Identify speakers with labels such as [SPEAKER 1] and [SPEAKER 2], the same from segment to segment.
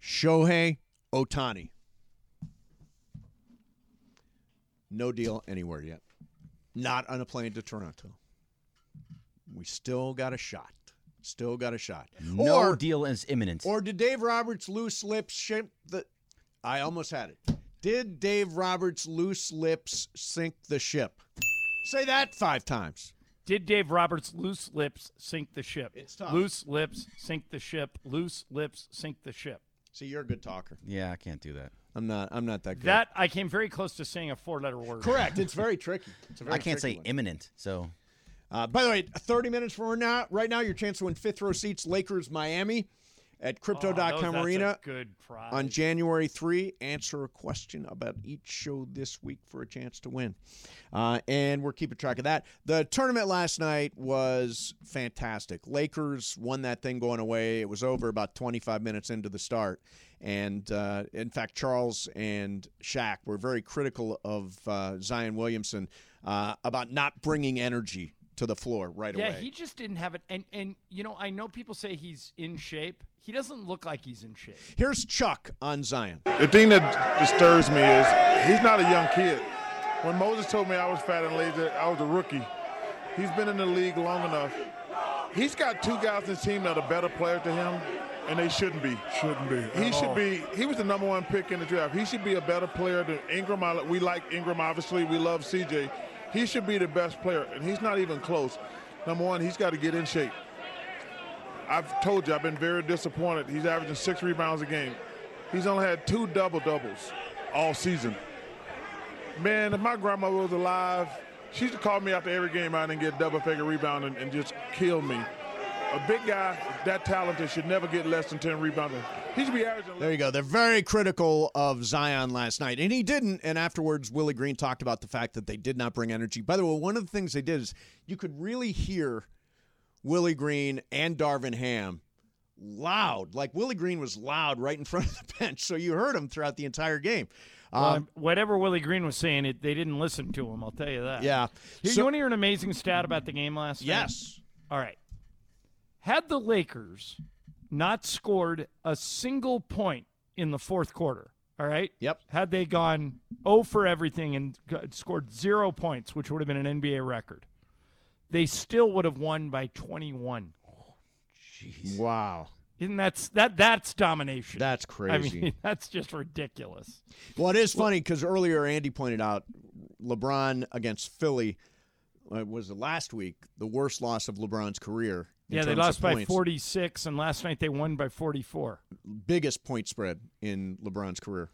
[SPEAKER 1] Shohei Otani. No deal anywhere yet. Not on a plane to Toronto. We still got a shot. Still got a shot.
[SPEAKER 2] No
[SPEAKER 1] or,
[SPEAKER 2] deal is imminent.
[SPEAKER 1] or did Dave Roberts loose lips shimp the I almost had it. Did Dave Roberts loose lips sink the ship? Say that five times.
[SPEAKER 3] Did Dave Roberts loose lips sink the ship?
[SPEAKER 1] It's tough.
[SPEAKER 3] Loose lips sink the ship. Loose lips sink the ship.
[SPEAKER 1] See, you're a good talker.
[SPEAKER 2] yeah, I can't do that.
[SPEAKER 1] I'm not I'm not that good.
[SPEAKER 3] That I came very close to saying a four-letter word.
[SPEAKER 1] correct. It's very tricky. It's a very
[SPEAKER 2] I can't
[SPEAKER 1] tricky
[SPEAKER 2] say
[SPEAKER 1] one.
[SPEAKER 2] imminent. So
[SPEAKER 1] Uh, by the way, 30 minutes from now, right now, your chance to win fifth row seats, Lakers, Miami, at
[SPEAKER 3] Oh, those-
[SPEAKER 1] Crypto.com
[SPEAKER 3] that's a
[SPEAKER 1] Arena
[SPEAKER 3] Good prize.
[SPEAKER 1] on January 3. Answer a question about each show this week for a chance to win. Uh, and we're keeping track of that. The tournament last night was fantastic. Lakers won that thing going away. It was over about 25 minutes into the start. And uh, in fact, Charles and Shaq were very critical of uh, Zion Williamson uh, about not bringing energy to the floor right
[SPEAKER 3] yeah,
[SPEAKER 1] away.
[SPEAKER 3] he just didn't have it. And and you know, I know people say he's in shape. He doesn't look like he's in shape.
[SPEAKER 1] Here's Chuck on Zion.
[SPEAKER 4] The thing that disturbs me is he's not a young kid. When Moses told me I was fat and lazy, I was a rookie. He's been in the league long enough. He's got two guys on his team that are better players than him, and they shouldn't be. Shouldn't be. He should be. He was the number one pick in the draft. He should be a better player than Ingram. I, we like Ingram, obviously. We love CJ. He should be the best player, and he's not even close. Number one, he's got to get in shape. I've told you, I've been very disappointed. He's averaging six rebounds a game. He's only had two double doubles all season. Man, if my grandma was alive, she used to call me after every game out and get double figure rebound and, and just kill me. A big guy that talented should never get less than 10 rebounds. He should be averaging.
[SPEAKER 1] There you go. They're very critical of Zion last night, and he didn't. And afterwards, Willie Green talked about the fact that they did not bring energy. By the way, one of the things they did is you could really hear Willie Green and Darvin Ham loud. Like Willie Green was loud right in front of the bench, so you heard him throughout the entire game. Um,
[SPEAKER 3] Um, whatever Willie Green was saying, it they didn't listen to him. I'll tell you that.
[SPEAKER 1] yeah.
[SPEAKER 3] You,
[SPEAKER 1] So-
[SPEAKER 3] want to hear an amazing stat about the game last night?
[SPEAKER 1] yes.
[SPEAKER 3] All right. Had the Lakers not scored a single point in the fourth quarter, all right?
[SPEAKER 1] Yep.
[SPEAKER 3] Had they gone 0 for everything and g- scored zero points, which would have been an NBA record, they still would have won by 21.
[SPEAKER 1] Wow.
[SPEAKER 3] Isn't that's that that's domination?
[SPEAKER 1] That's
[SPEAKER 3] I
[SPEAKER 1] crazy.
[SPEAKER 3] mean, that's just ridiculous.
[SPEAKER 1] Well, it is funny because earlier Andy pointed out LeBron against Philly uh, was it last week the worst loss of LeBron's career. in
[SPEAKER 3] yeah, they
[SPEAKER 1] terms
[SPEAKER 3] lost
[SPEAKER 1] of
[SPEAKER 3] by
[SPEAKER 1] points.
[SPEAKER 3] 46, and last night they won by 44.
[SPEAKER 1] Biggest point spread in LeBron's career.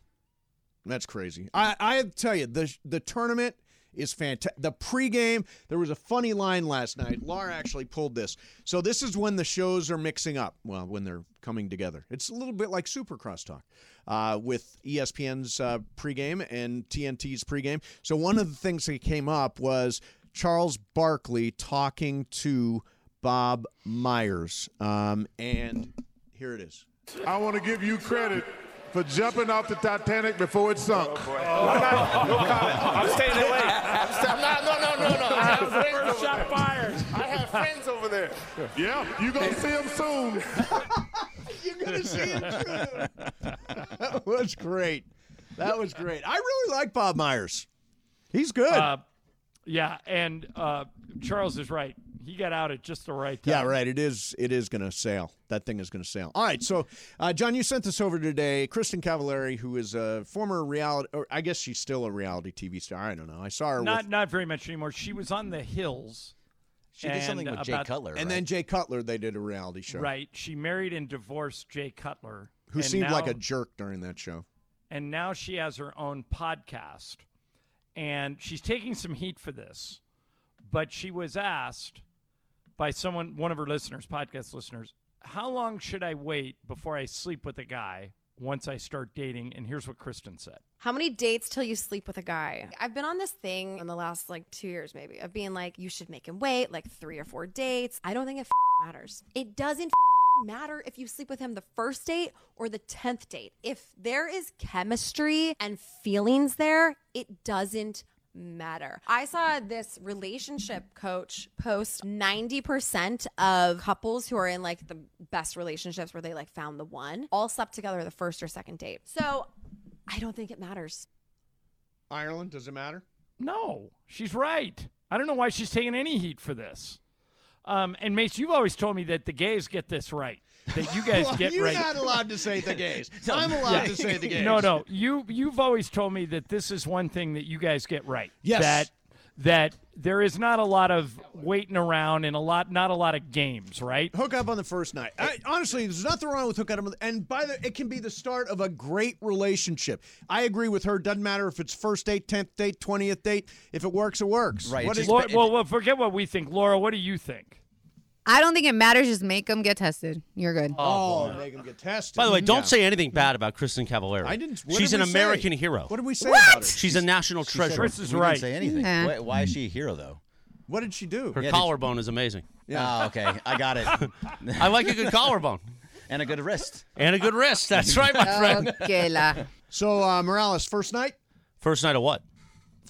[SPEAKER 1] That's crazy. I, I tell you, the the tournament is fantastic. The pregame, there was a funny line last night. Laura actually pulled this. So this is when the shows are mixing up. Well, when they're coming together, it's a little bit like Super Crosstalk uh, with ESPN's uh, pregame and TNT's pregame. So one of the things that came up was Charles Barkley talking to Bob Myers, um, and here it is.
[SPEAKER 4] I want to give you credit for jumping off the Titanic before it sunk.
[SPEAKER 5] I'm staying away. I'm, sta- I'm not, no, no, no, no. I have friends over there. I have friends over there.
[SPEAKER 4] Yeah, you're going to see him soon.
[SPEAKER 1] You're gonna see it soon. that was great. That was great. I really like Bob Myers. He's good.
[SPEAKER 3] Uh, yeah, and uh, Charles is right. He got out at just the right time.
[SPEAKER 1] yeah, right. It is. It is gonna sail. That thing is gonna sail. All right. So, uh, John, you sent this over today. Kristen Cavallari, who is a former reality, or I guess she's still a reality TV star. I don't know. I saw her
[SPEAKER 3] Not
[SPEAKER 1] with,
[SPEAKER 3] not very much anymore. She was on the hills,
[SPEAKER 2] she did something
[SPEAKER 3] And
[SPEAKER 2] with Jay
[SPEAKER 3] about-
[SPEAKER 2] Cutler.
[SPEAKER 1] and
[SPEAKER 2] right?
[SPEAKER 1] then Jay Cutler. They did a reality show.
[SPEAKER 3] right? She married and divorced Jay Cutler,
[SPEAKER 1] Who
[SPEAKER 3] and
[SPEAKER 1] seemed like
[SPEAKER 3] now-
[SPEAKER 1] a jerk during that show.
[SPEAKER 3] and now she has her own podcast, and she's taking some heat for this, but she was asked by someone, one of her listeners, podcast listeners, how long should I wait before I sleep with a guy once I start dating? And here's what Kristen said.
[SPEAKER 6] How many dates till you sleep with a guy? I've been on this thing in the last like two years, maybe, of being like, you should make him wait like three or four dates. I don't think it f- matters. It doesn't f- matter if you sleep with him the first date or the 10th date. If there is chemistry and feelings there, it doesn't matter. I saw this relationship coach post 90% of couples who are in like the best relationships where they like found the one all slept together the first or second date. So I don't think it matters.
[SPEAKER 1] Ireland, does it matter?
[SPEAKER 3] No, she's right. I don't know why she's taking any heat for this. Um, and Mace, you've always told me that the gays get this right. That you guys
[SPEAKER 1] Well,
[SPEAKER 3] get
[SPEAKER 1] you're
[SPEAKER 3] right.
[SPEAKER 1] not allowed to say the gays. I'm allowed to say the gays.
[SPEAKER 3] No, no. You you've always told me that this is one thing that you guys get right.
[SPEAKER 1] Yes.
[SPEAKER 3] That that there is not a lot of waiting around and a lot not a lot of games, right?
[SPEAKER 1] Hook up on the first night. I, honestly, there's nothing wrong with hook up. on the- And by the, it can be the start of a great relationship. I agree with her. Doesn't matter if it's first date, tenth date, twentieth date. If it works, it works.
[SPEAKER 2] Right,
[SPEAKER 1] What
[SPEAKER 2] it's
[SPEAKER 1] is-
[SPEAKER 2] just-
[SPEAKER 3] Laura, well, well, forget what we think. Laura, what do you think?
[SPEAKER 7] I don't think it matters. Just make them get tested. You're good.
[SPEAKER 1] oh, make them get tested.
[SPEAKER 8] By the way, don't
[SPEAKER 1] Yeah.
[SPEAKER 8] say anything bad about Kristen Cavallari.
[SPEAKER 1] I didn't. what
[SPEAKER 8] She's
[SPEAKER 1] did
[SPEAKER 8] an
[SPEAKER 1] we say?
[SPEAKER 8] American hero.
[SPEAKER 1] What did we say about her?
[SPEAKER 8] She's a national
[SPEAKER 2] She said
[SPEAKER 8] treasure.
[SPEAKER 3] Chris is
[SPEAKER 2] we
[SPEAKER 3] right.
[SPEAKER 2] Didn't say anything.
[SPEAKER 7] Yeah.
[SPEAKER 2] Why, why is she a hero though?
[SPEAKER 1] What did she do?
[SPEAKER 8] Her
[SPEAKER 2] did-
[SPEAKER 8] collarbone is amazing.
[SPEAKER 2] Oh, okay. I got it.
[SPEAKER 8] I like a good collarbone
[SPEAKER 2] and a good wrist.
[SPEAKER 8] and a good wrist. That's right, my friend.
[SPEAKER 7] Okay, la.
[SPEAKER 1] So uh, Morales, first night.
[SPEAKER 8] First night of what?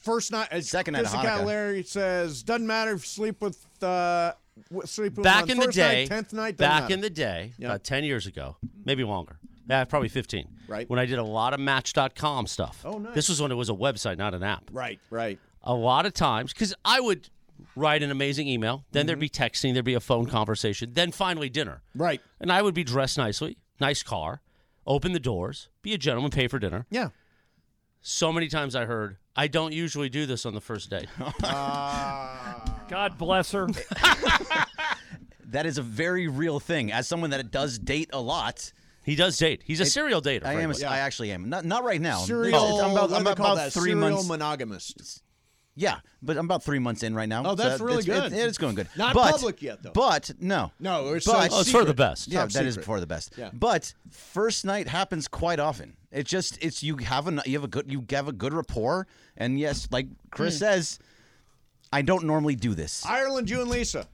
[SPEAKER 1] First night. uh,
[SPEAKER 2] Second night of
[SPEAKER 1] Kristen
[SPEAKER 2] Hanukkah.
[SPEAKER 1] Cavallari says doesn't matter if you sleep with. Uh, w- sleep with
[SPEAKER 8] back
[SPEAKER 1] on
[SPEAKER 8] in the
[SPEAKER 1] first
[SPEAKER 8] day,
[SPEAKER 1] night, tenth night. doesn't
[SPEAKER 8] back
[SPEAKER 1] matter.
[SPEAKER 8] in the day,
[SPEAKER 1] Yeah.
[SPEAKER 8] about ten years ago, maybe longer. Yeah, probably fifteen.
[SPEAKER 1] Right.
[SPEAKER 8] When I did a lot of Match.com stuff.
[SPEAKER 1] Oh, nice.
[SPEAKER 8] This was when it was a website, not an app.
[SPEAKER 1] Right, right.
[SPEAKER 8] A lot of times, because I would write an amazing email, then there'd be texting, there'd be a phone conversation, then finally dinner.
[SPEAKER 1] Mm-hmm. Right.
[SPEAKER 8] And I would be dressed nicely, nice car, open the doors, be a gentleman, pay for dinner.
[SPEAKER 1] Yeah.
[SPEAKER 8] So many times I heard, I don't usually do this on the first date.
[SPEAKER 1] Uh,
[SPEAKER 3] God bless her.
[SPEAKER 2] That is a very real thing. As someone that does date a lot,
[SPEAKER 8] he does date. He's a serial dater.
[SPEAKER 2] I am. A,
[SPEAKER 8] frankly.
[SPEAKER 2] I actually am. Not not right now.
[SPEAKER 1] Serial.
[SPEAKER 2] It's- I'm about,
[SPEAKER 1] what
[SPEAKER 2] I'm
[SPEAKER 1] do they call
[SPEAKER 2] about
[SPEAKER 1] that?
[SPEAKER 2] three
[SPEAKER 1] Serial
[SPEAKER 2] months.
[SPEAKER 1] monogamist.
[SPEAKER 2] yeah, but I'm about three months in right now.
[SPEAKER 1] Oh, that's really
[SPEAKER 2] it's-
[SPEAKER 1] good.
[SPEAKER 2] It, it is going good.
[SPEAKER 1] Not
[SPEAKER 2] But-
[SPEAKER 1] public yet, though.
[SPEAKER 2] But no,
[SPEAKER 1] No, it's
[SPEAKER 2] But-
[SPEAKER 1] so
[SPEAKER 8] Oh, it's for the
[SPEAKER 1] secret.
[SPEAKER 8] best.
[SPEAKER 2] Yeah,
[SPEAKER 1] Top
[SPEAKER 2] that is
[SPEAKER 1] secret.
[SPEAKER 2] for the best.
[SPEAKER 1] Yeah.
[SPEAKER 2] But first night happens quite often. It's just it's you have a you have a good you have a good rapport, and yes, like Chris
[SPEAKER 1] Hmm.
[SPEAKER 2] says, I don't normally do this.
[SPEAKER 1] Ireland, you and Lisa.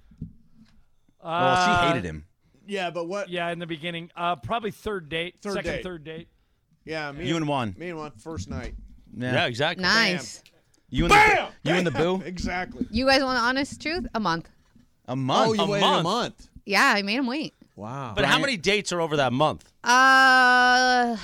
[SPEAKER 2] well, she hated him.
[SPEAKER 1] Yeah, but what? Yeah,
[SPEAKER 3] Uh, Yeah, in the beginning, uh, probably third date,
[SPEAKER 1] Third
[SPEAKER 3] second,
[SPEAKER 1] date.
[SPEAKER 3] third date.
[SPEAKER 1] me
[SPEAKER 2] You and Juan.
[SPEAKER 1] Me and one first night.
[SPEAKER 2] Yeah.
[SPEAKER 8] yeah, exactly.
[SPEAKER 7] Nice.
[SPEAKER 2] You and the you and the boo.
[SPEAKER 1] Exactly.
[SPEAKER 7] You guys want the honest truth? A month.
[SPEAKER 2] A month.
[SPEAKER 1] oh, you waited a
[SPEAKER 8] month.
[SPEAKER 1] month.
[SPEAKER 7] Yeah, I made them wait.
[SPEAKER 1] Wow.
[SPEAKER 8] But how many dates are over that month?
[SPEAKER 7] Uh,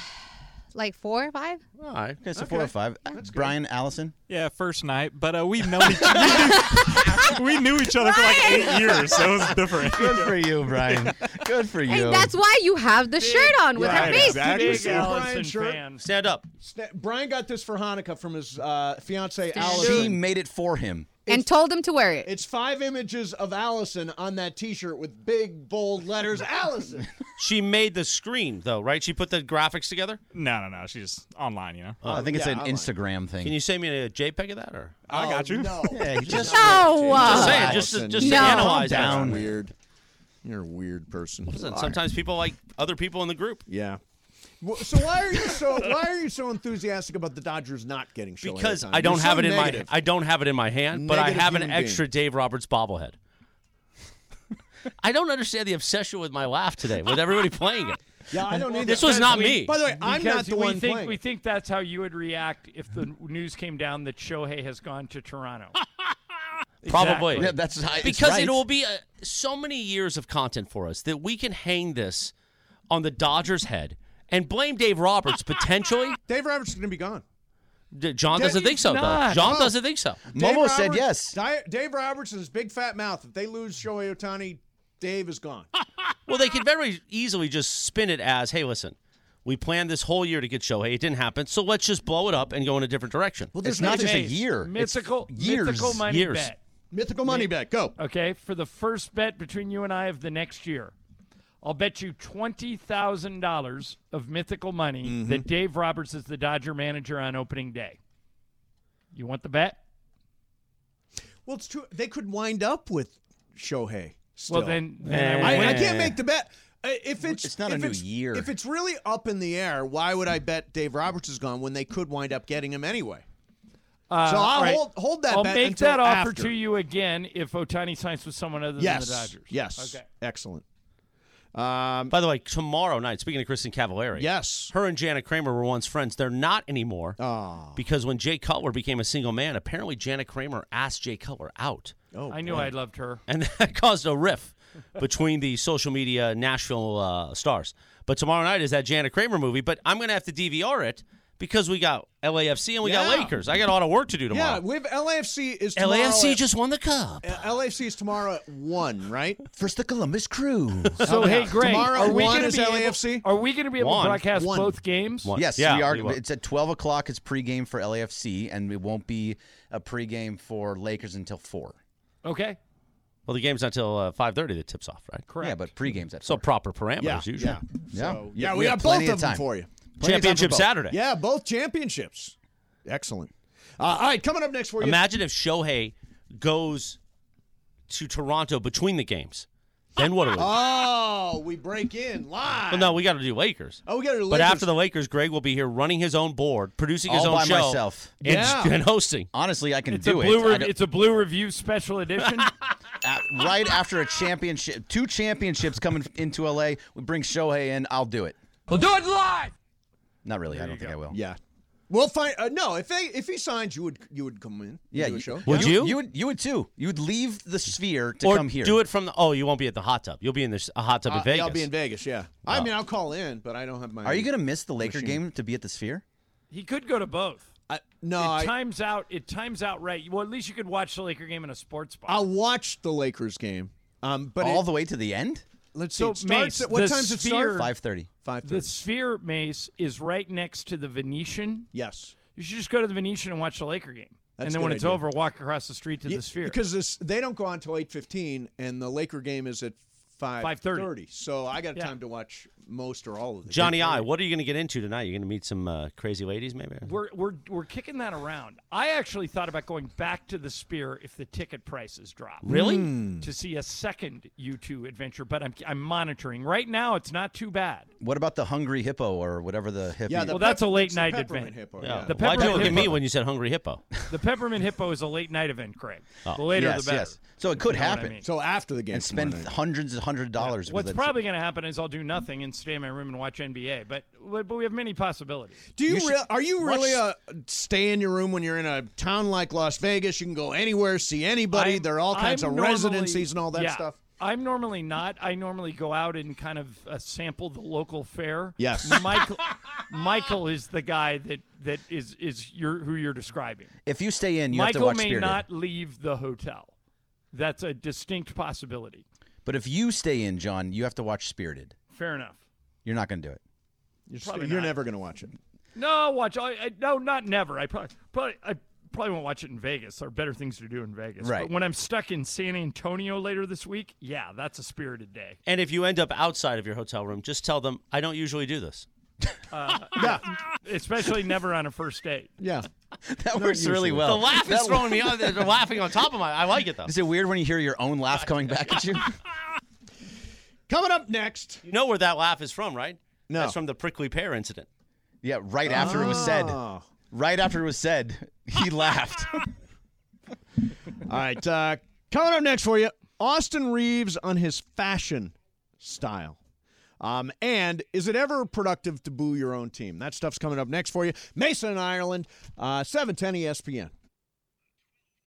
[SPEAKER 7] like four or five?
[SPEAKER 8] All right.
[SPEAKER 2] Okay, so four or five. Brian Allison.
[SPEAKER 9] Yeah, first night, but uh, we've known each we, knew, we knew each other for like eight years, so it was different.
[SPEAKER 2] Good for you, Brian. Good for you.
[SPEAKER 7] Hey, that's why you have the shirt on with her
[SPEAKER 9] Right,
[SPEAKER 7] face.
[SPEAKER 9] exactly.
[SPEAKER 3] Big Allison
[SPEAKER 1] shirt.
[SPEAKER 3] fan.
[SPEAKER 8] Stand up.
[SPEAKER 1] Sta- Brian got this for Hanukkah from his uh, fiance Allison.
[SPEAKER 2] she made it for him.
[SPEAKER 7] And told them to wear it.
[SPEAKER 1] It's five images of Allison on that T-shirt with big bold letters Allison.
[SPEAKER 8] She made the screen though, right? She put the graphics together. Oh,
[SPEAKER 9] No, no, no. She's just online, you know.
[SPEAKER 2] I think it's
[SPEAKER 1] yeah,
[SPEAKER 2] an
[SPEAKER 1] I like-
[SPEAKER 2] Instagram
[SPEAKER 8] Can
[SPEAKER 2] thing.
[SPEAKER 8] you send me a JPEG of that, or
[SPEAKER 9] I got you.
[SPEAKER 1] No.
[SPEAKER 2] yeah, you just
[SPEAKER 7] Oh, no.
[SPEAKER 8] Just saying,
[SPEAKER 7] uh,
[SPEAKER 8] just to,
[SPEAKER 1] Allison,
[SPEAKER 8] just
[SPEAKER 7] No.
[SPEAKER 8] to
[SPEAKER 7] Calm
[SPEAKER 8] analyze
[SPEAKER 2] down.
[SPEAKER 8] That.
[SPEAKER 1] Weird. You're a weird person.
[SPEAKER 8] Listen, sometimes people like other people in the group
[SPEAKER 1] Yeah. Well, So why are you so why are you so enthusiastic about the Dodgers not getting Shohei
[SPEAKER 8] because
[SPEAKER 1] Ohtani?
[SPEAKER 8] I don't
[SPEAKER 1] You're
[SPEAKER 8] have
[SPEAKER 1] so
[SPEAKER 8] it in
[SPEAKER 1] negative.
[SPEAKER 8] my I don't have it in my hand, but I
[SPEAKER 1] Negative
[SPEAKER 8] have an
[SPEAKER 1] human being.
[SPEAKER 8] extra Dave Roberts bobblehead. I don't understand the obsession with my laugh today, with everybody playing it.
[SPEAKER 1] yeah, I don't need
[SPEAKER 8] This
[SPEAKER 1] that.
[SPEAKER 8] was not
[SPEAKER 3] we-
[SPEAKER 8] me.
[SPEAKER 1] By the way, I'm not
[SPEAKER 3] Because
[SPEAKER 1] the
[SPEAKER 3] we
[SPEAKER 1] one
[SPEAKER 3] think
[SPEAKER 1] playing.
[SPEAKER 3] we think that's how you would react if the news came down that Shohei has gone to Toronto.
[SPEAKER 8] Probably.
[SPEAKER 2] Yeah, that's how- it's
[SPEAKER 8] because
[SPEAKER 2] right.
[SPEAKER 8] it will be uh so many years of content for us that we can hang this on the Dodgers' head and blame Dave Roberts potentially.
[SPEAKER 1] Dave Roberts is going to be gone.
[SPEAKER 8] D- John doesn't think so, though.
[SPEAKER 3] not.
[SPEAKER 8] John doesn't think so.
[SPEAKER 1] Dave
[SPEAKER 2] Momo said
[SPEAKER 1] Roberts-
[SPEAKER 2] yes.
[SPEAKER 1] Di- Dave Roberts and his big fat mouth. If they lose Shohei Otani, Dave is gone.
[SPEAKER 8] Well, they could very easily just spin it as, "Hey, listen, we planned this whole year to get Shohei. It didn't happen, so let's just blow it up and go in a different direction."
[SPEAKER 2] Well, there's not just a
[SPEAKER 3] Mace,
[SPEAKER 2] year. It's
[SPEAKER 3] Mythical,
[SPEAKER 2] years,
[SPEAKER 3] mythical money
[SPEAKER 8] years.
[SPEAKER 3] bet.
[SPEAKER 1] Mythical money bet. Go.
[SPEAKER 3] Okay, for the first bet between you and I of the next year, I'll bet you twenty thousand dollars of mythical money
[SPEAKER 1] Mm-hmm.
[SPEAKER 3] that Dave Roberts is the Dodger manager on opening day. You want the bet?
[SPEAKER 1] Well, it's true. They could wind up with Shohei. Still.
[SPEAKER 3] Well, then, then I
[SPEAKER 1] I,
[SPEAKER 3] would
[SPEAKER 1] I
[SPEAKER 3] win.
[SPEAKER 1] can't make the bet. Uh, If it's
[SPEAKER 2] It's not a
[SPEAKER 1] if
[SPEAKER 2] new
[SPEAKER 1] it's-
[SPEAKER 2] year.
[SPEAKER 1] If it's really up in the air, why would I bet Dave Roberts is gone when they could wind up getting him anyway?
[SPEAKER 3] Uh,
[SPEAKER 1] so I'll
[SPEAKER 3] all right.
[SPEAKER 1] hold, hold that
[SPEAKER 3] I'll
[SPEAKER 1] bet
[SPEAKER 3] make
[SPEAKER 1] until
[SPEAKER 3] that offer
[SPEAKER 1] after.
[SPEAKER 3] to you again if Otani signs with someone other
[SPEAKER 1] Yes.
[SPEAKER 3] than the Dodgers.
[SPEAKER 1] Yes.
[SPEAKER 3] Okay.
[SPEAKER 1] Excellent. Um,
[SPEAKER 8] By the way, tomorrow night, speaking of Kristen Cavallari,
[SPEAKER 1] yes.
[SPEAKER 8] her and Janet Kramer were once friends. They're not anymore
[SPEAKER 1] Oh.
[SPEAKER 8] because when Jay Cutler became a single man, apparently Janet Kramer asked Jay Cutler out.
[SPEAKER 1] Oh,
[SPEAKER 3] I knew
[SPEAKER 1] boy.
[SPEAKER 3] I loved her.
[SPEAKER 8] and that caused a riff between the social media Nashville uh, stars. But tomorrow night is that Janet Kramer movie, but I'm going to have to DVR it because we got LAFC and we
[SPEAKER 1] Yeah.
[SPEAKER 8] got Lakers. I got a lot of work to do
[SPEAKER 1] Yeah,
[SPEAKER 8] tomorrow.
[SPEAKER 1] with LAFC is tomorrow
[SPEAKER 8] LAFC
[SPEAKER 1] at-
[SPEAKER 8] just won the cup.
[SPEAKER 1] uh, LAFC is tomorrow at one, right?
[SPEAKER 2] First, the Columbus Crew.
[SPEAKER 3] So
[SPEAKER 1] yeah.
[SPEAKER 3] hey, Gray,
[SPEAKER 1] Tomorrow
[SPEAKER 3] are we
[SPEAKER 1] one
[SPEAKER 3] going to
[SPEAKER 1] is
[SPEAKER 3] be
[SPEAKER 1] LAFC?
[SPEAKER 3] Able, are we going to be able
[SPEAKER 8] One.
[SPEAKER 3] to broadcast
[SPEAKER 1] One.
[SPEAKER 3] both games?
[SPEAKER 8] One.
[SPEAKER 2] Yes,
[SPEAKER 8] Yeah,
[SPEAKER 2] we are.
[SPEAKER 8] we will.
[SPEAKER 2] it's at 12 o'clock. It's pregame for LAFC, and it won't be a pregame for Lakers until 4.
[SPEAKER 3] Okay,
[SPEAKER 8] Well, the game's not till uh, 5.30 that tips off, right?
[SPEAKER 3] correct.
[SPEAKER 2] Yeah, but pregame's at 4.
[SPEAKER 8] So proper parameters
[SPEAKER 1] Yeah,
[SPEAKER 8] usually.
[SPEAKER 1] yeah.
[SPEAKER 2] Yeah.
[SPEAKER 1] So,
[SPEAKER 2] Yeah,
[SPEAKER 1] yeah,
[SPEAKER 2] we
[SPEAKER 1] we,
[SPEAKER 2] have
[SPEAKER 1] got
[SPEAKER 2] plenty
[SPEAKER 1] both
[SPEAKER 2] of
[SPEAKER 1] of them
[SPEAKER 2] time.
[SPEAKER 1] for you.
[SPEAKER 2] Plenty of time for
[SPEAKER 8] Championship
[SPEAKER 2] both.
[SPEAKER 8] Saturday.
[SPEAKER 1] Yeah, both championships. Excellent. Uh, all right, coming up next for you.
[SPEAKER 8] Imagine if Shohei goes to Toronto between the games. Then what do we do?
[SPEAKER 1] Oh, we break in live.
[SPEAKER 8] Well, no, we got to do Lakers.
[SPEAKER 1] Oh, we got to.
[SPEAKER 8] But after the Lakers, Greg will be here running his own board, producing his
[SPEAKER 2] All
[SPEAKER 8] own
[SPEAKER 2] by
[SPEAKER 8] show,
[SPEAKER 2] myself.
[SPEAKER 8] and,
[SPEAKER 1] Yeah.
[SPEAKER 8] and hosting.
[SPEAKER 2] Honestly, I can
[SPEAKER 3] it's a
[SPEAKER 2] do
[SPEAKER 3] blue.
[SPEAKER 2] it. I
[SPEAKER 3] Re-
[SPEAKER 2] don't-
[SPEAKER 3] it's a blue review special edition.
[SPEAKER 2] at- right after a championship, two championships coming into LA, we bring Shohei in. I'll do it.
[SPEAKER 3] we'll do it live.
[SPEAKER 2] Not really. I don't think I will.
[SPEAKER 1] yeah, we'll find. Uh, no, if they if he signs, you would you would come in. and
[SPEAKER 2] Yeah,
[SPEAKER 1] do a
[SPEAKER 2] you-
[SPEAKER 1] show.
[SPEAKER 8] Would you?
[SPEAKER 2] You would. You would too. You would leave the sphere to
[SPEAKER 8] or
[SPEAKER 2] come here.
[SPEAKER 8] do it from the. Oh, you won't be at the hot tub. You'll be in the a hot tub
[SPEAKER 1] Uh,
[SPEAKER 8] in Vegas.
[SPEAKER 1] I'll be in Vegas. Yeah, I mean I'll call in, but I don't have my.
[SPEAKER 2] Oh. Are you gonna miss the Laker game to be at the sphere?
[SPEAKER 3] He could go to both.
[SPEAKER 1] I, no,
[SPEAKER 3] it
[SPEAKER 1] I,
[SPEAKER 3] times out. It times out right. Well, at least you could watch the Laker game in a sports bar.
[SPEAKER 1] I'll watch the Lakers game. Um, but
[SPEAKER 2] All
[SPEAKER 1] it,
[SPEAKER 2] the way to the end.
[SPEAKER 1] let's see.
[SPEAKER 3] So,
[SPEAKER 1] it starts
[SPEAKER 3] Mace,
[SPEAKER 1] at, what
[SPEAKER 3] the
[SPEAKER 1] time's it
[SPEAKER 3] sphere-
[SPEAKER 1] start?
[SPEAKER 2] Five thirty.
[SPEAKER 1] Five
[SPEAKER 3] the
[SPEAKER 1] thirty.
[SPEAKER 3] Sphere Mace is right next to the Venetian.
[SPEAKER 1] Yes.
[SPEAKER 3] You should just go to the Venetian and watch the Laker game,
[SPEAKER 1] That's
[SPEAKER 3] and
[SPEAKER 1] a
[SPEAKER 3] then when
[SPEAKER 1] good
[SPEAKER 3] it's
[SPEAKER 1] idea.
[SPEAKER 3] over, walk across the street to
[SPEAKER 1] Yeah,
[SPEAKER 3] the Sphere.
[SPEAKER 1] because this, they don't go on until eight fifteen, and the Laker game is at five
[SPEAKER 3] 5:30.
[SPEAKER 1] thirty. So I got
[SPEAKER 3] Yeah.
[SPEAKER 1] time to watch most or all of the
[SPEAKER 8] Johnny I, what are you going to get into tonight? You're going to meet some uh, crazy ladies, maybe.
[SPEAKER 3] We're, we're, we're kicking that around. I actually thought about going back to the Spear if the ticket prices drop.
[SPEAKER 8] Really?
[SPEAKER 1] Hmm.
[SPEAKER 3] To see a second U2 adventure, but I'm, I'm monitoring. Right now, it's not too bad.
[SPEAKER 2] What about the hungry hippo or whatever the hippie?
[SPEAKER 1] Yeah, the
[SPEAKER 3] Well, that's
[SPEAKER 1] pep-
[SPEAKER 3] a late
[SPEAKER 1] it's
[SPEAKER 3] night
[SPEAKER 1] the peppermint
[SPEAKER 3] event.
[SPEAKER 1] hippo,
[SPEAKER 8] Yeah.
[SPEAKER 1] yeah.
[SPEAKER 3] The
[SPEAKER 8] Why'd you
[SPEAKER 3] peppermint
[SPEAKER 8] look at me
[SPEAKER 3] hippo.
[SPEAKER 8] when you said hungry hippo?
[SPEAKER 3] The Peppermint Hippo is a late night event, Craig. The later,
[SPEAKER 2] Oh. yes,
[SPEAKER 3] the better.
[SPEAKER 2] yes. So it could
[SPEAKER 3] You know what I
[SPEAKER 2] happen.
[SPEAKER 3] mean.
[SPEAKER 1] So after the game,
[SPEAKER 2] and spend
[SPEAKER 1] tomorrow night.
[SPEAKER 2] hundreds and hundred dollars.
[SPEAKER 3] What's
[SPEAKER 2] with it.
[SPEAKER 3] probably going to happen is I'll do nothing and stay in my room and watch NBA. But but we have many possibilities.
[SPEAKER 1] Do you,
[SPEAKER 2] You should
[SPEAKER 1] real, are you
[SPEAKER 2] watch-
[SPEAKER 1] really a stay in your room when you're in a town like Las Vegas? You can go anywhere, see anybody.
[SPEAKER 3] I'm-
[SPEAKER 1] there are all kinds
[SPEAKER 3] I'm
[SPEAKER 1] of
[SPEAKER 3] normally-
[SPEAKER 1] residencies and all that
[SPEAKER 3] yeah.
[SPEAKER 1] stuff.
[SPEAKER 3] I'm normally not. I normally go out and kind of uh, sample the local fare.
[SPEAKER 1] Yes.
[SPEAKER 3] Michael, Michael is the guy that that is is your who you're describing.
[SPEAKER 2] If you stay in, you have to
[SPEAKER 3] Michael
[SPEAKER 2] watch
[SPEAKER 3] may
[SPEAKER 2] Spirited.
[SPEAKER 3] not leave the hotel. That's a distinct possibility.
[SPEAKER 2] But if you stay in, John, you have to watch Spirited.
[SPEAKER 3] Fair enough.
[SPEAKER 2] You're not going to do it.
[SPEAKER 1] You're, just-
[SPEAKER 3] Probably
[SPEAKER 1] you're
[SPEAKER 3] not.
[SPEAKER 1] never going to watch it.
[SPEAKER 3] No, watch. I, I no, not never. I probably probably I probably won't watch it in Vegas. There are better things to do in Vegas.
[SPEAKER 2] Right.
[SPEAKER 3] But when I'm stuck in San Antonio later this week, yeah, that's a spirited day.
[SPEAKER 8] And if you end up outside of your hotel room, just tell them I don't usually do this.
[SPEAKER 1] Yeah,
[SPEAKER 3] Uh, Especially never on a first date.
[SPEAKER 1] yeah.
[SPEAKER 2] That works really well.
[SPEAKER 8] The laugh
[SPEAKER 2] That-
[SPEAKER 8] is throwing me on. They're laughing on top of my. I like it though.
[SPEAKER 2] Is it weird when you hear your own laugh coming back at you?
[SPEAKER 1] Coming up next.
[SPEAKER 8] You know where that laugh is from, right?
[SPEAKER 1] No.
[SPEAKER 8] That's from the prickly pear incident.
[SPEAKER 2] yeah, right after it was said.
[SPEAKER 1] Oh.
[SPEAKER 2] Right after it was said, he laughed.
[SPEAKER 1] All right. Uh, coming up next for you, Austin Reeves on his fashion style. Um, and is it ever productive to boo your own team? That stuff's coming up next for you. Mason in Ireland, uh, 710 ESPN.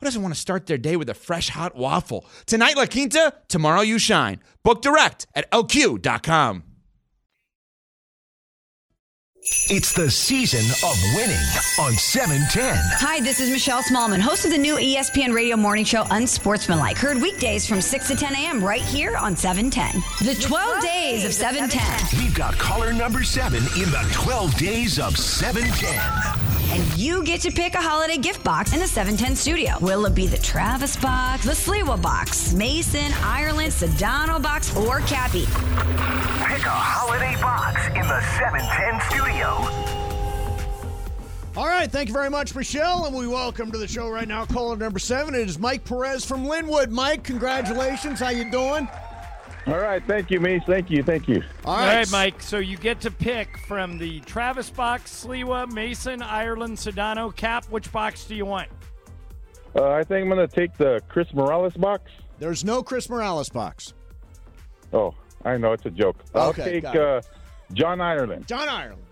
[SPEAKER 10] who doesn't want to start their day with a fresh hot waffle? Tonight, La Quinta, tomorrow you shine. Book direct at lq.com.
[SPEAKER 8] It's the season of winning on 710.
[SPEAKER 11] Hi, this is Michelle Smallman, host of the new E ESPN Radio morning show Unsportsmanlike, heard weekdays from 6 to 10 a.m. right here on 710. The 12 days of 710.
[SPEAKER 8] We've got caller number seven in the 12 days of 710.
[SPEAKER 11] And you get to pick a holiday gift box in the 710 studio. Will it be the Travis box, the Sliwa box, Mason, Ireland, Sedano box, or Cappy?
[SPEAKER 8] Pick a holiday box in the 710 studio.
[SPEAKER 1] All right, thank you very much, Michelle, and we welcome to the show right now. Caller number seven. It is Mike Perez from Linwood. Mike, congratulations. How you doing?
[SPEAKER 12] All right, thank you, Meese. Thank you, thank you.
[SPEAKER 1] All
[SPEAKER 3] All
[SPEAKER 1] right.
[SPEAKER 3] right, Mike. So you get to pick from the Travis box, Sliwa, Mason, Ireland, Sedano, Cap. Which box do you want?
[SPEAKER 12] Uh, I think I'm going to take the Chris Morales box.
[SPEAKER 1] There's no Chris Morales box.
[SPEAKER 12] Oh, I know it's a joke. I'll
[SPEAKER 1] Okay,
[SPEAKER 12] take
[SPEAKER 1] got it.
[SPEAKER 12] uh, John Ireland.
[SPEAKER 1] John Ireland.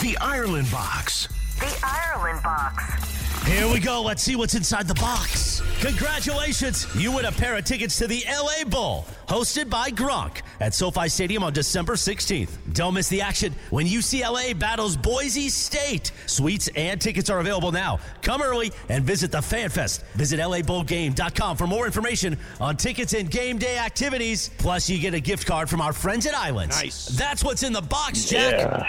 [SPEAKER 8] The Ireland box.
[SPEAKER 13] The Ireland box.
[SPEAKER 8] Here we go. Let's see what's inside the box. Congratulations. You win a pair of tickets to the LA Bowl, hosted by Gronk at SoFi Stadium on December 16th. Don't miss the action when UCLA battles Boise State. Suites and tickets are available now. Come early and visit the FanFest. Visit labowlgame.com for more information on tickets and game day activities. Plus, you get a gift card from our friends at Islands. Nice. That's what's in the box, Jack.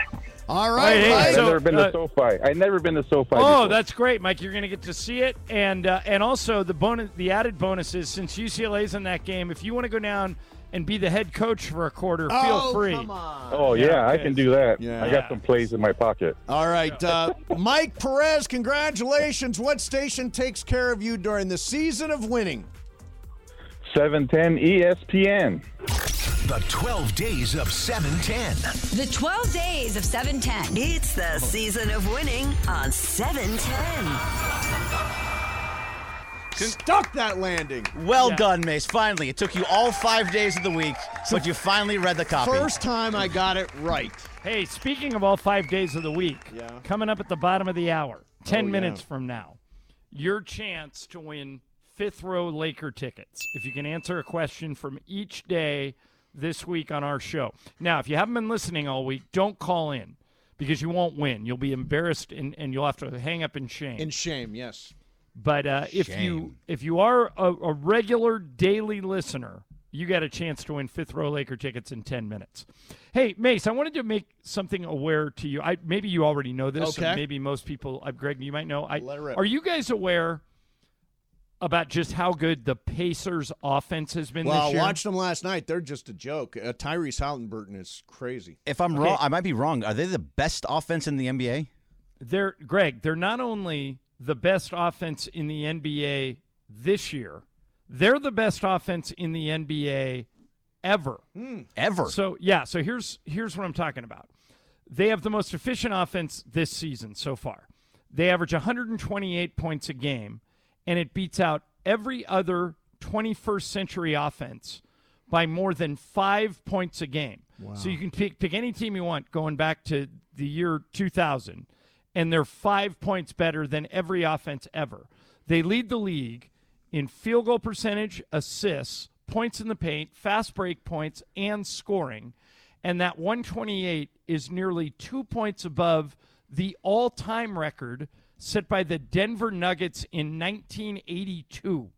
[SPEAKER 1] All
[SPEAKER 3] right, hey,
[SPEAKER 12] I've
[SPEAKER 3] so,
[SPEAKER 12] never been to
[SPEAKER 3] uh,
[SPEAKER 12] SoFi. I've never been to SoFi.
[SPEAKER 3] Oh,
[SPEAKER 12] before.
[SPEAKER 3] that's great, Mike. You're going to get to see it, and uh, and also the bonus, the added bonus is since UCLA's in that game, if you want to go down and be the head coach for a quarter, feel free.
[SPEAKER 12] Oh yeah, I can do that.
[SPEAKER 1] Yeah.
[SPEAKER 12] I got some plays in my pocket.
[SPEAKER 1] All right, uh, Mike Perez, congratulations. What station takes care of you during the season of winning?
[SPEAKER 12] Seven ten E ESPN.
[SPEAKER 8] The 12 days of 710.
[SPEAKER 11] The 12 days of 710.
[SPEAKER 13] It's the season of winning on 710.
[SPEAKER 1] Stuck that landing.
[SPEAKER 2] Well
[SPEAKER 1] Yeah.
[SPEAKER 2] done, Mace. Finally, it took you all five days of the week, but you finally read the copy.
[SPEAKER 1] First time I got it right.
[SPEAKER 3] Hey, speaking of all five days of the week, coming up at the bottom of the hour, ten
[SPEAKER 1] Oh, yeah.
[SPEAKER 3] minutes from now, your chance to win fifth row Laker tickets if you can answer a question from each day this week on our show. Now, if you haven't been listening all week, don't call in because you won't win. You'll be embarrassed and, and you'll have to hang up in shame.
[SPEAKER 1] In shame, yes.
[SPEAKER 3] But uh, if you if you are a, a regular daily listener, you got a chance to win fifth row Laker tickets in ten minutes. Hey Mace, I wanted to make something aware to you. I maybe you already know this, and
[SPEAKER 1] Okay.
[SPEAKER 3] maybe most people. Uh, Greg, you might know. I,
[SPEAKER 1] Let it rip.
[SPEAKER 3] are you guys aware about just how good the Pacers' offense has been
[SPEAKER 1] Well,
[SPEAKER 3] this
[SPEAKER 1] I
[SPEAKER 3] year?
[SPEAKER 1] watched them last night. They're just a joke. Uh, Tyrese Halliburton is crazy.
[SPEAKER 2] If I'm wrong, I might be wrong. Are they the best offense in the NBA?
[SPEAKER 3] they're Greg, they're not only the best offense in the NBA this year, they're the best offense in the NBA ever.
[SPEAKER 2] Ever.
[SPEAKER 3] So yeah, so here's here's what I'm talking about. They have the most efficient offense this season so far. They average 128 points a game, and it beats out every other 21st century offense by more than five points a game. So you can pick, pick any team you want going back to the year 2000, and they're five points better than every offense ever. They lead the league in field goal percentage, assists, points in the paint, fast break points, and scoring. And that 128 is nearly two points above the all time record set by the Denver Nuggets in 1982.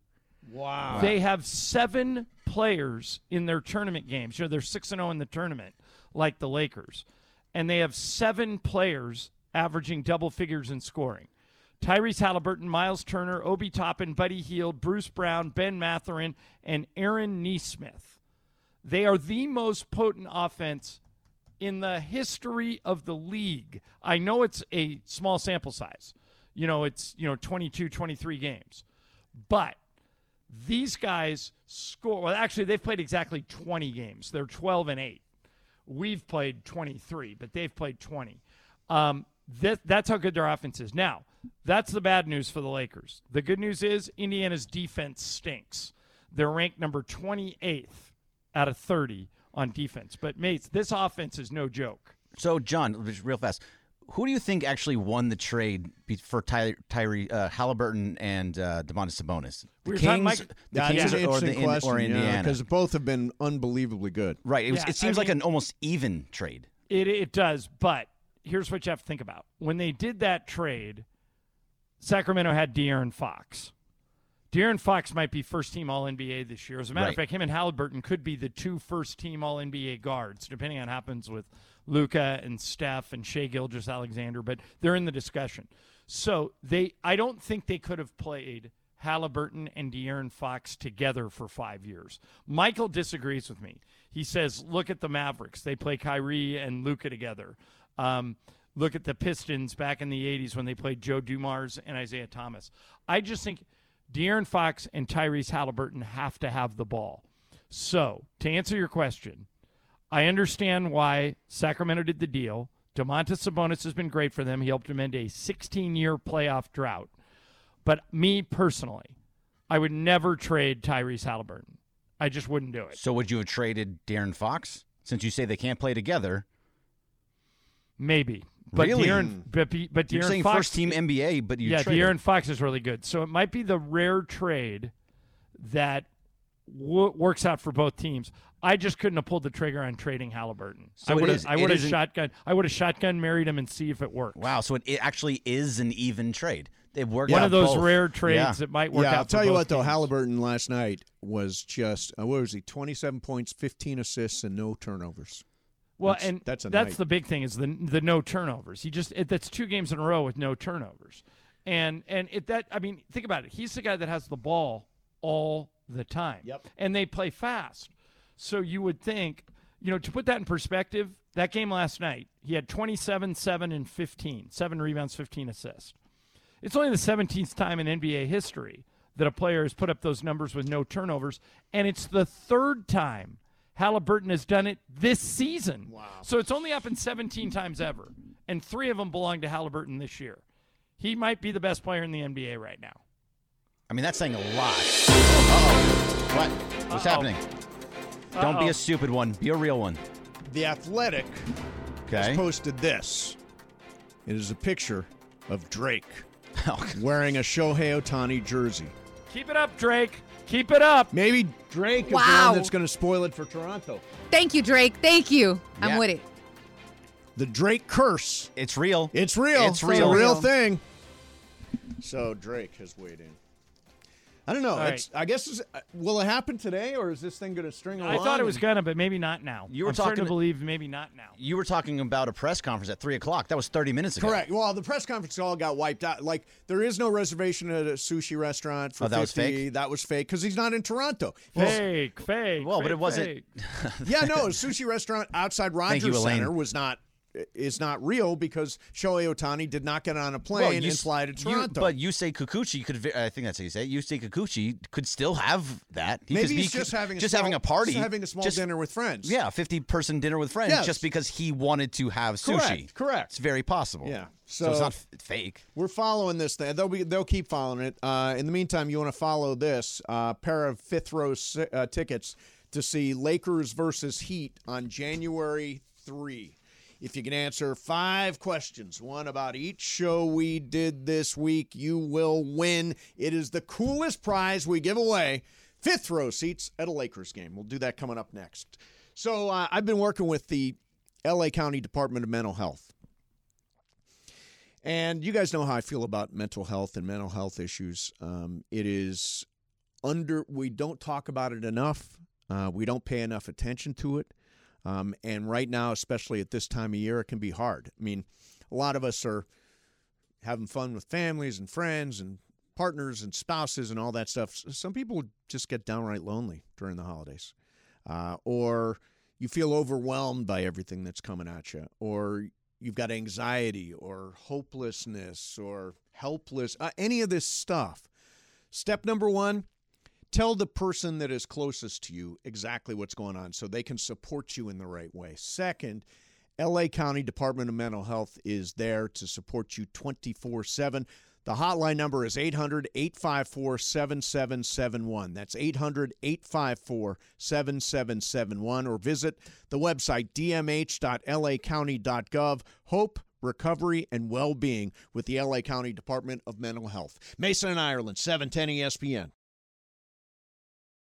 [SPEAKER 1] Wow.
[SPEAKER 3] They have seven players in their tournament games. You know, they're 6 and 0 in the tournament, like the Lakers. And they have seven players averaging double figures in scoring. Tyrese Halliburton, Miles Turner, Obi Toppin, Buddy Heald, Bruce Brown, Ben Matherin, and Aaron Neesmith. They are the most potent offense in the history of the league. I know it's a small sample size. You know, it's, you know, 22, 23 games. But these guys score. Well, actually, they've played exactly 20 games. They're 12 and 8. We've played 23, but they've played 20. Um, that, that's how good their offense is. Now, That's the bad news for the Lakers. The good news is Indiana's defense stinks. They're ranked number 28th out of 30 on defense. But mates, this offense is no joke.
[SPEAKER 2] So, John, just real fast, who do you think actually won the trade be- for Ty- Tyree uh, Halliburton and uh, Demontis Sabonis? The
[SPEAKER 3] We were
[SPEAKER 2] Kings,
[SPEAKER 3] talking, Mike-
[SPEAKER 2] the
[SPEAKER 3] Yeah,
[SPEAKER 2] Kings
[SPEAKER 3] that's an
[SPEAKER 2] or, the,
[SPEAKER 3] interesting
[SPEAKER 2] in, or
[SPEAKER 3] question, yeah,
[SPEAKER 2] Indiana?
[SPEAKER 1] because both have been unbelievably good.
[SPEAKER 2] Right. It, was,
[SPEAKER 3] Yeah,
[SPEAKER 2] it seems
[SPEAKER 3] I
[SPEAKER 2] like an almost even trade.
[SPEAKER 3] It it does, but here's what you have to think about. When they did that trade, Sacramento had De'Aaron Fox. De'Aaron Fox might be first team All NBA this year. As a matter of
[SPEAKER 14] Right.
[SPEAKER 3] fact, him and Halliburton could be the two first team All NBA guards, depending on what happens with Luca and Steph and Shea Gilgis Alexander. But they're in the discussion. So they, I don't think they could have played Halliburton and De'Aaron Fox together for five years. Michael disagrees with me. He says, look at the Mavericks. They play Kyrie and Luca together. Um, look at the Pistons back in the 80s when they played Joe Dumars and Isaiah Thomas. I just think De'Aaron Fox and Tyrese Halliburton have to have the ball. So, to answer your question, I understand why Sacramento did the deal. DeMontis Sabonis has been great for them. He helped them end a 16 year playoff drought. But me personally, I would never trade Tyrese Halliburton. I just wouldn't do it.
[SPEAKER 2] So, would you have traded Darren Fox? Since you say they can't play together,
[SPEAKER 3] Maybe. But
[SPEAKER 2] Really?
[SPEAKER 3] De'Aaron, but, be- but
[SPEAKER 2] You're
[SPEAKER 3] De'Aaron
[SPEAKER 2] saying
[SPEAKER 3] Fox,
[SPEAKER 2] first team NBA, but you
[SPEAKER 3] yeah,
[SPEAKER 2] traded.
[SPEAKER 3] De'Aaron Fox is really good. So it might be the rare trade that wo- works out for both teams. I just couldn't have pulled the trigger on tradiing Halliburton.
[SPEAKER 2] So
[SPEAKER 3] I
[SPEAKER 2] it
[SPEAKER 3] would have,
[SPEAKER 2] is-
[SPEAKER 3] I
[SPEAKER 2] it
[SPEAKER 3] would have
[SPEAKER 2] isn't-
[SPEAKER 3] shotgun, I would have shotgun married him and see if it worked.
[SPEAKER 2] Wow, so it, it actually is an even trade. It worked
[SPEAKER 3] One
[SPEAKER 2] out
[SPEAKER 3] of those
[SPEAKER 2] both.
[SPEAKER 3] rare trades
[SPEAKER 2] Yeah.
[SPEAKER 3] that might work
[SPEAKER 1] yeah,
[SPEAKER 3] out.
[SPEAKER 1] I'll
[SPEAKER 3] for
[SPEAKER 1] tell you
[SPEAKER 3] both
[SPEAKER 1] what though,
[SPEAKER 3] teams.
[SPEAKER 1] Halliburton last night was just uh, what was he? Twenty-seven points, fifteen assists, and no turnovers.
[SPEAKER 3] Well,
[SPEAKER 1] That's-
[SPEAKER 3] and
[SPEAKER 1] that's a night.
[SPEAKER 3] the big thing is the the no turnovers. He just it, that's two games in a row with no turnovers, and and it that I mean think about it. He's the guy that has the ball all the time. Yep. And they play fast, so you would think you know to put that in perspective. That game last night, he had 27, 7, and 15, seven rebounds, 15 assists. It's only the 17th time in NBA history that a player has put up those numbers with no turnovers, and it's the third time Halliburton has done it this season. Wow. So it's only happened 17 times ever, and three of them belong to Halliburton this year. He might be the best player in the NBA right now.
[SPEAKER 2] I mean, that's saying a lot. Uh-oh. What? What's happening? Don't be
[SPEAKER 1] Uh-oh.
[SPEAKER 2] a stupid one. Be a real one.
[SPEAKER 1] The Athletic
[SPEAKER 2] Okay.
[SPEAKER 1] has posted this. It is a picture of Drake wearing a Shohei Otani jersey.
[SPEAKER 3] Keep it up, Drake. Keep it up.
[SPEAKER 1] Maybe Drake is the
[SPEAKER 7] Wow.
[SPEAKER 1] one that's going to spoil it for Toronto.
[SPEAKER 7] Thank you, Drake. Thank you. I'm with it.
[SPEAKER 1] The Drake curse.
[SPEAKER 2] It's real.
[SPEAKER 1] It's real.
[SPEAKER 7] It's real.
[SPEAKER 1] a real thing. So Drake has weighed in. I don't know.
[SPEAKER 3] All right.
[SPEAKER 1] It's, I guess it's, uh, will it happen today, or is this thing going to string along?
[SPEAKER 3] I thought it was gonna, but maybe not now.
[SPEAKER 2] You were
[SPEAKER 3] I'm starting
[SPEAKER 2] talking-
[SPEAKER 3] to believe maybe not now.
[SPEAKER 2] You were talking about a press conference at three o'clock. That was thirty minutes ago.
[SPEAKER 1] Correct. Well, the press conference all got wiped out. Like there is no reservation at a sushi restaurant for
[SPEAKER 2] Oh, that was
[SPEAKER 1] 50. That was fake because he's not in Toronto.
[SPEAKER 3] fake, fake.
[SPEAKER 2] Well, but
[SPEAKER 3] fake,
[SPEAKER 2] it wasn't.
[SPEAKER 1] yeah, no, a sushi restaurant outside
[SPEAKER 2] Thank
[SPEAKER 1] Rogers
[SPEAKER 2] you, Elaine.
[SPEAKER 1] Center was not is not real because Shohei Otani did not get on a plane
[SPEAKER 2] Well, you
[SPEAKER 1] and
[SPEAKER 2] s-
[SPEAKER 1] fly to
[SPEAKER 2] you-
[SPEAKER 1] Toronto.
[SPEAKER 2] but you say Kikuchi could. vi- I think that's how you say. It. You say Kikuchi could still have that. He
[SPEAKER 1] Maybe
[SPEAKER 2] could be
[SPEAKER 1] he's
[SPEAKER 2] c-
[SPEAKER 1] just having a
[SPEAKER 2] just
[SPEAKER 1] small-
[SPEAKER 2] having a party,
[SPEAKER 1] just having a small dinner with friends.
[SPEAKER 2] Yeah, fifty person dinner with friends,
[SPEAKER 1] Yes.
[SPEAKER 2] just because he wanted to have sushi.
[SPEAKER 1] Correct, correct.
[SPEAKER 2] It's very possible.
[SPEAKER 1] Yeah,
[SPEAKER 2] So, it's
[SPEAKER 1] so-
[SPEAKER 2] not f- fake.
[SPEAKER 1] We're following this thing. They'll be they'll keep following it. Uh, in the meantime, you want to follow this uh, pair of fifth row si- uh, tickets to see Lakers versus Heat on January three. If you can answer five questions, one about each show we did this week, you will win. It is the coolest prize we give away fifth row seats at a Lakers game. We'll do that coming up next. So uh, I've been working with the LA County Department of Mental Health. And you guys know how I feel about mental health and mental health issues. Um, it is under, we don't talk about it enough. Uh, we don't pay enough attention to it. Um, and right now, especially at this time of year, it can be hard. I mean, a lot of us are having fun with families and friends and partners and spouses and all that stuff. S- Some people just get downright lonely during the holidays, uh, or you feel overwhelmed by everything that's coming at you, or you've got anxiety or hopelessness or helpless, uh, any of this stuff. Step number one tell the person that is closest to you exactly what's going on so they can support you in the right way. Second, LA County Department of Mental Health is there to support you 24 7. The hotline number is 800 854 7771. That's 800 854 7771. Or visit the website dmh.lacounty.gov. Hope, recovery, and well being with the LA County Department of Mental Health. Mason and Ireland, E 710 ESPN.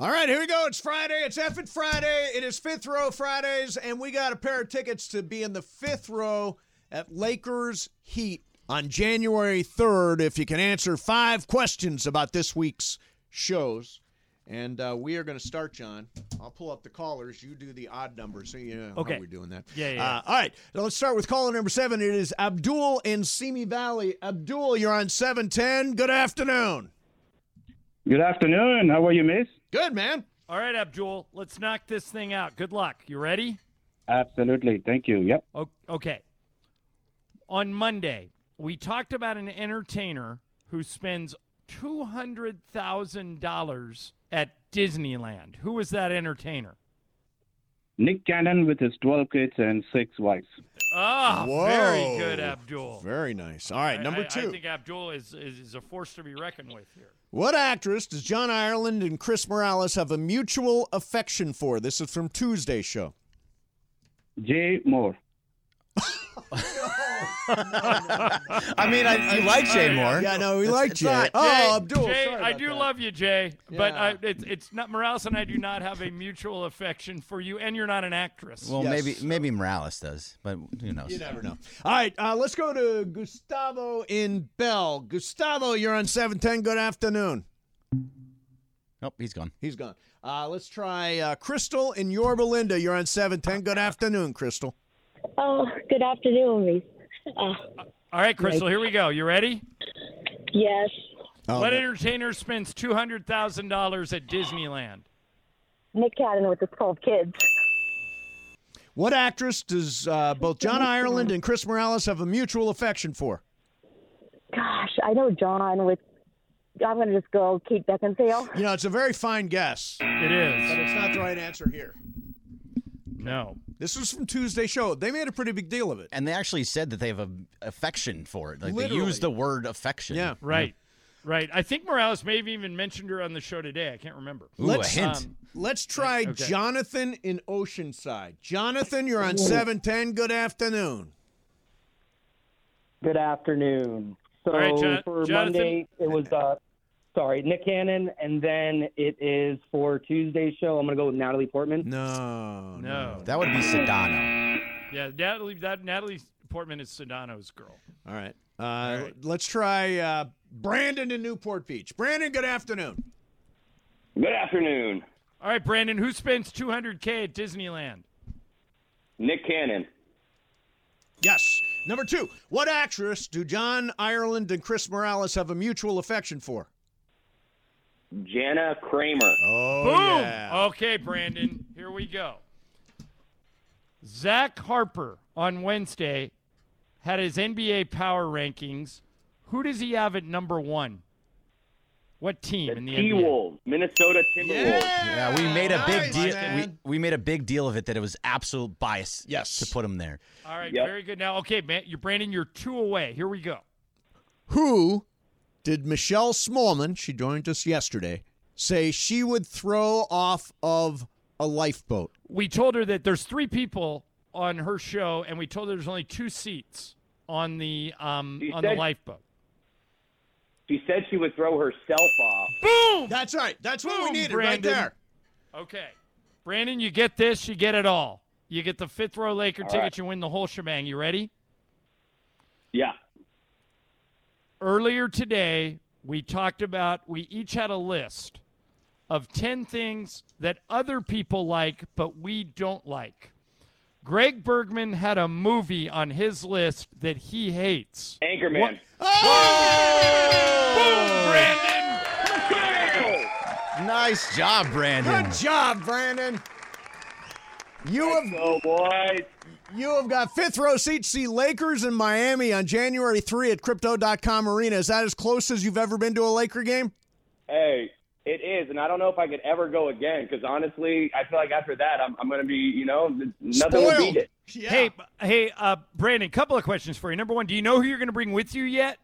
[SPEAKER 1] All right, here we go. It's Friday. It's Effing Friday. It is fifth row Fridays, and we got a pair of tickets to be in the fifth row at Lakers Heat on January 3rd. If you can answer five questions about this week's shows. And uh, we are going to start, John. I'll pull up the callers. You do the odd numbers. So you know how
[SPEAKER 5] Okay.
[SPEAKER 1] we're doing that.
[SPEAKER 5] Yeah, yeah,
[SPEAKER 1] Uh, all right. So let's start with caller number seven. It is Abdul in Simi Valley. Abdul, you're on 710. Good afternoon.
[SPEAKER 15] Good afternoon. How are you, miss?
[SPEAKER 1] Good, man.
[SPEAKER 3] All right, Abdul, let's knock this thing out. Good luck. You ready?
[SPEAKER 15] Absolutely. Thank you. Yep.
[SPEAKER 3] O- Okay. On Monday, we talked about an entertainer who spends $200,000 at Disneyland. Who was that entertainer?
[SPEAKER 15] Nick Cannon with his 12 kids and six wives.
[SPEAKER 3] Ah, very
[SPEAKER 1] Whoa.
[SPEAKER 3] good, Abdul.
[SPEAKER 1] Oh. Very nice. All right,
[SPEAKER 3] I-
[SPEAKER 1] number
[SPEAKER 3] I-
[SPEAKER 1] two.
[SPEAKER 3] I think Abdul is, is, is a force to be reckoned with here.
[SPEAKER 1] What actress does John Ireland and Chris Morales have a mutual affection for? This is from Tuesday's show.
[SPEAKER 15] Jay Moore.
[SPEAKER 2] I mean, I, you like Jay Moore.
[SPEAKER 1] Yeah, no, we
[SPEAKER 2] It's-
[SPEAKER 1] like
[SPEAKER 2] it's
[SPEAKER 1] Jay.
[SPEAKER 2] not-
[SPEAKER 1] Oh, Abdul.
[SPEAKER 3] Jay,
[SPEAKER 1] sorry
[SPEAKER 3] I
[SPEAKER 1] about
[SPEAKER 3] do
[SPEAKER 1] that.
[SPEAKER 3] love you, Jay, but
[SPEAKER 1] Yeah.
[SPEAKER 3] I, it's it's not Morales and I do not have a mutual affection for you, and you're not an actress.
[SPEAKER 2] Well, maybe maybe Morales does, but who knows?
[SPEAKER 1] You never know. All right, uh, let's go to Gustavo in Bell. Gustavo, you're on 710. Good afternoon.
[SPEAKER 2] Nope, he's gone.
[SPEAKER 1] He's gone. Uh, let's try uh, Crystal in Yorba Linda. You're on 710. Good afternoon, Crystal.
[SPEAKER 16] Oh, good afternoon, Reese. Uh,
[SPEAKER 3] All right, Crystal, here we go. You ready?
[SPEAKER 16] yes,
[SPEAKER 3] what
[SPEAKER 1] no.
[SPEAKER 3] entertainer spends two hundred thousand dollars at Disneyland?
[SPEAKER 16] Nick Cannon with his 12 kids.
[SPEAKER 1] What actress does uh, both John Ireland and Chris Morales have a mutual affection for?
[SPEAKER 16] Gosh, I know John with. I'm going to just go Kate Beckinsale.
[SPEAKER 1] You know, it's a very fine guess.
[SPEAKER 3] It is.
[SPEAKER 1] But it's not the right answer here.
[SPEAKER 3] No.
[SPEAKER 1] This was from Tuesday show. They made a pretty big deal of it.
[SPEAKER 2] And they actually said that they have a affection for it. Like they
[SPEAKER 3] Literally.
[SPEAKER 2] use the word affection. Yeah,
[SPEAKER 3] Right. Right. I think Morales may have even mentioned her on the show today. I can't remember. Um,
[SPEAKER 1] let's try
[SPEAKER 3] okay.
[SPEAKER 1] Jonathan in Oceanside. Jonathan, you're on 710. Good afternoon.
[SPEAKER 17] Good afternoon. So
[SPEAKER 1] All right, Jon-
[SPEAKER 17] for
[SPEAKER 1] Jonathan.
[SPEAKER 17] Monday, it was uh, sorry Nick Cannon, and then it is for Tuesday's show. I'm gonna go with Natalie Portman.
[SPEAKER 1] No,
[SPEAKER 3] No.
[SPEAKER 2] That would be Sedano.
[SPEAKER 3] yeah, Natalie. That Natalie Portman is Sedano's girl.
[SPEAKER 1] All right. Uh, Let's try uh, Brandon in Newport Beach. Brandon, good afternoon.
[SPEAKER 18] Good afternoon,
[SPEAKER 3] All right, Brandon. Who spends two hundred k at Disneyland?
[SPEAKER 18] Nick Cannon.
[SPEAKER 1] Yes. Number two, what actress do John Ireland and Chris Morales have a mutual affection for?
[SPEAKER 18] Jana Kramer.
[SPEAKER 1] Oh,
[SPEAKER 3] Boom. Okay, Brandon. Here we go. Zach Harper on Wednesday had his NBA power rankings. Who does he have at number one? What team in the
[SPEAKER 18] T
[SPEAKER 3] NBA?
[SPEAKER 18] Wolves, Minnesota Timberwolves.
[SPEAKER 2] Yeah, we made a
[SPEAKER 18] nice,
[SPEAKER 2] big deal. We,
[SPEAKER 18] man.
[SPEAKER 2] we made a big deal of it that it was absolute bias.
[SPEAKER 1] Yes.
[SPEAKER 2] to put him there.
[SPEAKER 3] All right,
[SPEAKER 2] Yep.
[SPEAKER 3] very good. Now, okay, man, you're Brandon. You're two away. Here we go.
[SPEAKER 1] Who did Michelle Smallman, she joined us yesterday, say she would throw off of a lifeboat.
[SPEAKER 3] we told her that there's three people on her show, and we told her there's only two seats on the um,
[SPEAKER 18] She
[SPEAKER 3] on the
[SPEAKER 18] said-
[SPEAKER 3] lifeboat.
[SPEAKER 18] She said she would throw herself off.
[SPEAKER 3] Boom!
[SPEAKER 1] That's right. That's
[SPEAKER 18] what we needed right
[SPEAKER 3] Brandon.
[SPEAKER 18] there.
[SPEAKER 3] Okay, Brandon, you get this. You get it all. You get the fifth row Laker
[SPEAKER 18] All
[SPEAKER 3] ticket.
[SPEAKER 18] right.
[SPEAKER 3] You win the whole shebang. You ready?
[SPEAKER 18] Yeah.
[SPEAKER 3] Earlier today, we talked about we each had a list of ten things that other people like but we don't like. Greg Bergman had a movie on his list that he hates.
[SPEAKER 18] Anchorman.
[SPEAKER 3] What-
[SPEAKER 2] Nice job, Brandon.
[SPEAKER 1] Good job, Brandon. You have
[SPEAKER 18] oh boy.
[SPEAKER 1] You have got fifth row seats see Lakers in Miami on January 3 at crypto.com arena. Is that as close as you've ever been to a Laker game?
[SPEAKER 18] Hey, it is, and I don't know if I could ever go again because honestly, I feel like after that, I'm, I'm going to be, you know, th- nothing will beat it.
[SPEAKER 3] Hey, b- hey, uh, Brandon, couple of questions for you. Number one, do you know who you're going to bring with you yet?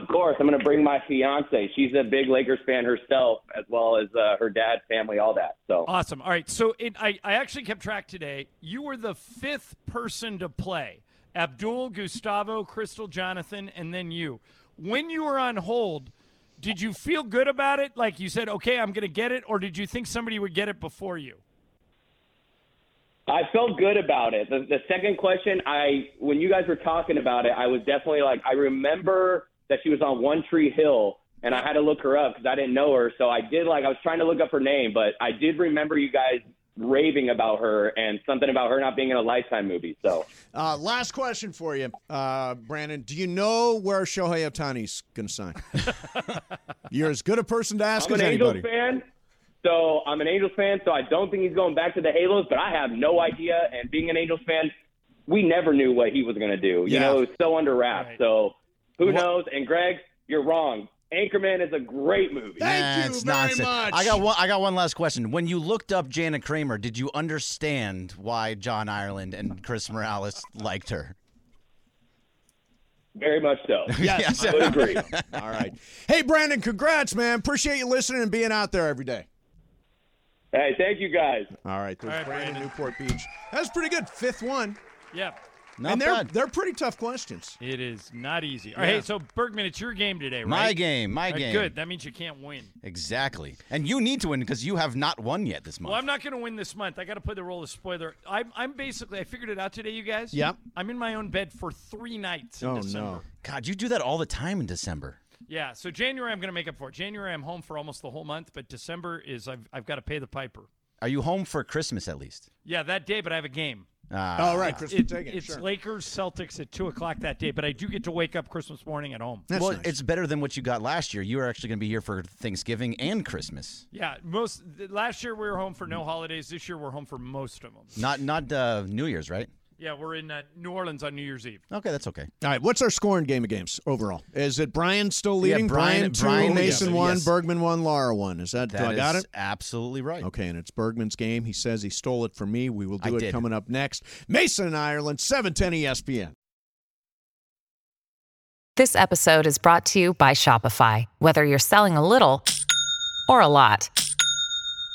[SPEAKER 18] Of course, I'm going to bring my fiance. She's a big Lakers fan herself, as well as uh, her dad, family, all that. So
[SPEAKER 3] Awesome. All right. So it, I, I actually kept track today. You were the fifth person to play Abdul, Gustavo, Crystal, Jonathan, and then you. When you were on hold, did you feel good about it? Like you said, okay, I'm going to get it, or did you think somebody would get it before you?
[SPEAKER 18] I felt good about it. The, the second question, I when you guys were talking about it, I was definitely like, I remember that she was on One Tree Hill, and I had to look her up because I didn't know her. So I did like I was trying to look up her name, but I did remember you guys raving about her and something about her not being in a Lifetime movie. So
[SPEAKER 1] Uh, last question for you, uh, Brandon. Do you know where Shohei Otani's going to sign? You're as good a person to ask
[SPEAKER 18] I'm an
[SPEAKER 1] as anybody.
[SPEAKER 18] Angels fan. So I'm an Angels fan. So I don't think he's going back to the Halos, but I have no idea. And being an Angels fan, we never knew what he was going to do. You
[SPEAKER 1] Yeah.
[SPEAKER 18] know, it was so under wraps. So who
[SPEAKER 2] Wha-
[SPEAKER 18] knows? And Greg, you're wrong. Anchorman is a great movie.
[SPEAKER 2] That's nonsense. I got one. I got one last question. When you looked up Jana Kramer, did you understand why John Ireland and Chris Morales liked her?
[SPEAKER 18] Very much so.
[SPEAKER 2] Yes.
[SPEAKER 18] I would agree.
[SPEAKER 1] All right. Hey, Brandon, congrats, man. Appreciate you listening and being out there every day.
[SPEAKER 18] Hey, thank you guys.
[SPEAKER 1] All right. There's
[SPEAKER 18] All right,
[SPEAKER 1] Brandon, Newport Beach. That was pretty good. Fifth one.
[SPEAKER 3] Yep.
[SPEAKER 1] and they're, they're pretty tough questions.
[SPEAKER 3] It is not easy. All right.
[SPEAKER 2] Yeah.
[SPEAKER 3] Hey, so Bergman, it's your game today, right?
[SPEAKER 2] My game, my
[SPEAKER 3] All right,
[SPEAKER 2] game.
[SPEAKER 3] Good. That means you can't win.
[SPEAKER 2] Exactly. And you need to win because you have not won yet this month.
[SPEAKER 3] Well, I'm not going to win this month. I got to play the role of spoiler. I'm, I'm basically, I figured it out today, you guys.
[SPEAKER 2] Yep.
[SPEAKER 3] I'm in my own bed for three nights
[SPEAKER 2] Oh,
[SPEAKER 3] in December.
[SPEAKER 2] God, you do that all the time in December.
[SPEAKER 3] Yeah. So January, I'm going to make up for it. January, I'm home for almost the whole month, but December is I've, I've got to pay the piper.
[SPEAKER 2] Are you home for Christmas at least?
[SPEAKER 3] Yeah, that day, but I have a game.
[SPEAKER 2] Ah. Oh, right,
[SPEAKER 3] It's-
[SPEAKER 2] Christmas
[SPEAKER 3] it-
[SPEAKER 2] Day game,
[SPEAKER 3] It's
[SPEAKER 2] sure.
[SPEAKER 3] Lakers Celtics at two o'clock that day, but I do get to wake up Christmas morning at home.
[SPEAKER 2] well, it's better than what you got last year. You are actually going to be here for Thanksgiving and Christmas.
[SPEAKER 3] yeah. Most th- last year we were home for no holidays. This year we're home for most of them.
[SPEAKER 2] Not not uh, New Year's, right?
[SPEAKER 3] Yeah, we're in uh, New Orleans on New Year's Eve.
[SPEAKER 2] Okay, that's okay.
[SPEAKER 1] All right, what's our score in game of games overall? Is it Brian still leading?
[SPEAKER 2] Yeah, Brian-
[SPEAKER 1] two,
[SPEAKER 2] Brian-
[SPEAKER 1] Mason
[SPEAKER 2] yes,
[SPEAKER 1] one,
[SPEAKER 2] yes.
[SPEAKER 1] Bergman one, Lara one. Is that, do
[SPEAKER 2] That
[SPEAKER 1] I got
[SPEAKER 2] is
[SPEAKER 1] it?
[SPEAKER 2] Absolutely right.
[SPEAKER 1] Okay, and it's Bergman's game. He says he stole it from me. We will do
[SPEAKER 2] I
[SPEAKER 1] it
[SPEAKER 2] did.
[SPEAKER 1] coming up next. Mason in Ireland, seven ten E ESPN.
[SPEAKER 19] This episode is brought to you by Shopify. Whether you're selling a little or a lot,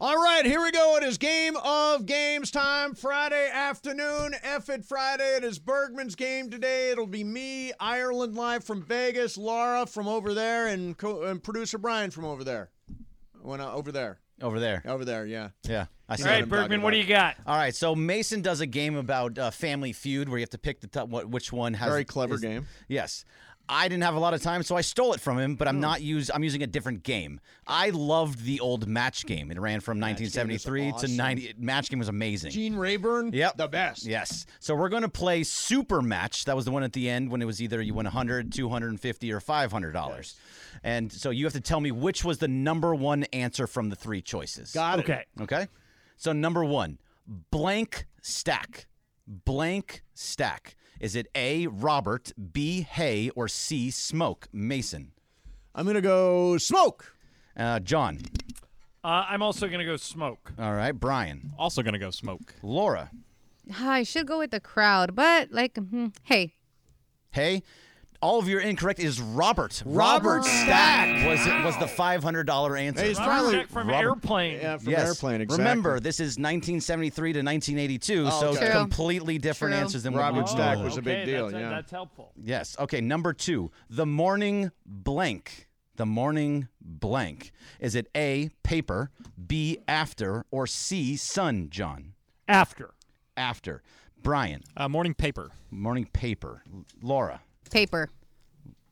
[SPEAKER 1] All right, here we go. It is game of games time, Friday afternoon. F it Friday. It is Bergman's game today. It'll be me, Ireland live from Vegas, Laura from over there, and, co- and producer Brian from over there. When I, over there.
[SPEAKER 2] Over there.
[SPEAKER 1] Over there, yeah.
[SPEAKER 2] Yeah. I
[SPEAKER 3] All right, Bergman, what do you got?
[SPEAKER 2] All right, so Mason does a game about uh, Family Feud where you have to pick the top, what, which one has
[SPEAKER 1] Very clever
[SPEAKER 2] is-
[SPEAKER 1] game.
[SPEAKER 2] Yes. I didn't have a lot of time, so I stole it from him, but I'm not use I'm using a different game. I loved the old match game. It ran from 1973
[SPEAKER 1] awesome.
[SPEAKER 2] to 90 match game was amazing.
[SPEAKER 1] Gene Rayburn,
[SPEAKER 2] Yep.
[SPEAKER 1] the best.
[SPEAKER 2] Yes. So we're going to play Super Match. That was the one at the end when it was either you win 100, 250 or $500. And so you have to tell me which was the number one answer from the three choices.
[SPEAKER 1] Got it.
[SPEAKER 3] Okay.
[SPEAKER 2] Okay. So number 1, blank stack. Blank stack. Is it A Robert, B Hay or C Smoke Mason?
[SPEAKER 1] I'm going to go Smoke.
[SPEAKER 2] Uh, John.
[SPEAKER 3] Uh, I'm also going to go smoke.
[SPEAKER 2] All right, Brian.
[SPEAKER 6] Also going to go smoke.
[SPEAKER 2] Laura.
[SPEAKER 7] Ah, I should go with the crowd, but like, mhm, hey,
[SPEAKER 2] Hey, all of your incorrect is Robert.
[SPEAKER 7] Robert
[SPEAKER 1] Stack.
[SPEAKER 2] was was the five hundred dollar answer.
[SPEAKER 1] He's Robert probably- Stack from
[SPEAKER 3] Airplane.
[SPEAKER 1] Yeah, from
[SPEAKER 2] Yes.
[SPEAKER 1] Airplane, exactly.
[SPEAKER 2] Remember, this is 1973 to 1982,
[SPEAKER 1] Oh,
[SPEAKER 2] so
[SPEAKER 1] okay. True.
[SPEAKER 2] completely different
[SPEAKER 1] True.
[SPEAKER 2] answers than
[SPEAKER 1] Robert
[SPEAKER 2] what we
[SPEAKER 1] Stack
[SPEAKER 2] were
[SPEAKER 1] was a
[SPEAKER 2] doing.
[SPEAKER 1] big Okay, deal, that's- yeah.
[SPEAKER 3] That's helpful.
[SPEAKER 2] Yes. Okay. Number two, the morning blank. The morning blank. Is it A paper, B after, or C sun? John.
[SPEAKER 3] After.
[SPEAKER 2] After. Brian.
[SPEAKER 6] Uh, morning paper.
[SPEAKER 2] Morning paper. Laura.
[SPEAKER 7] paper.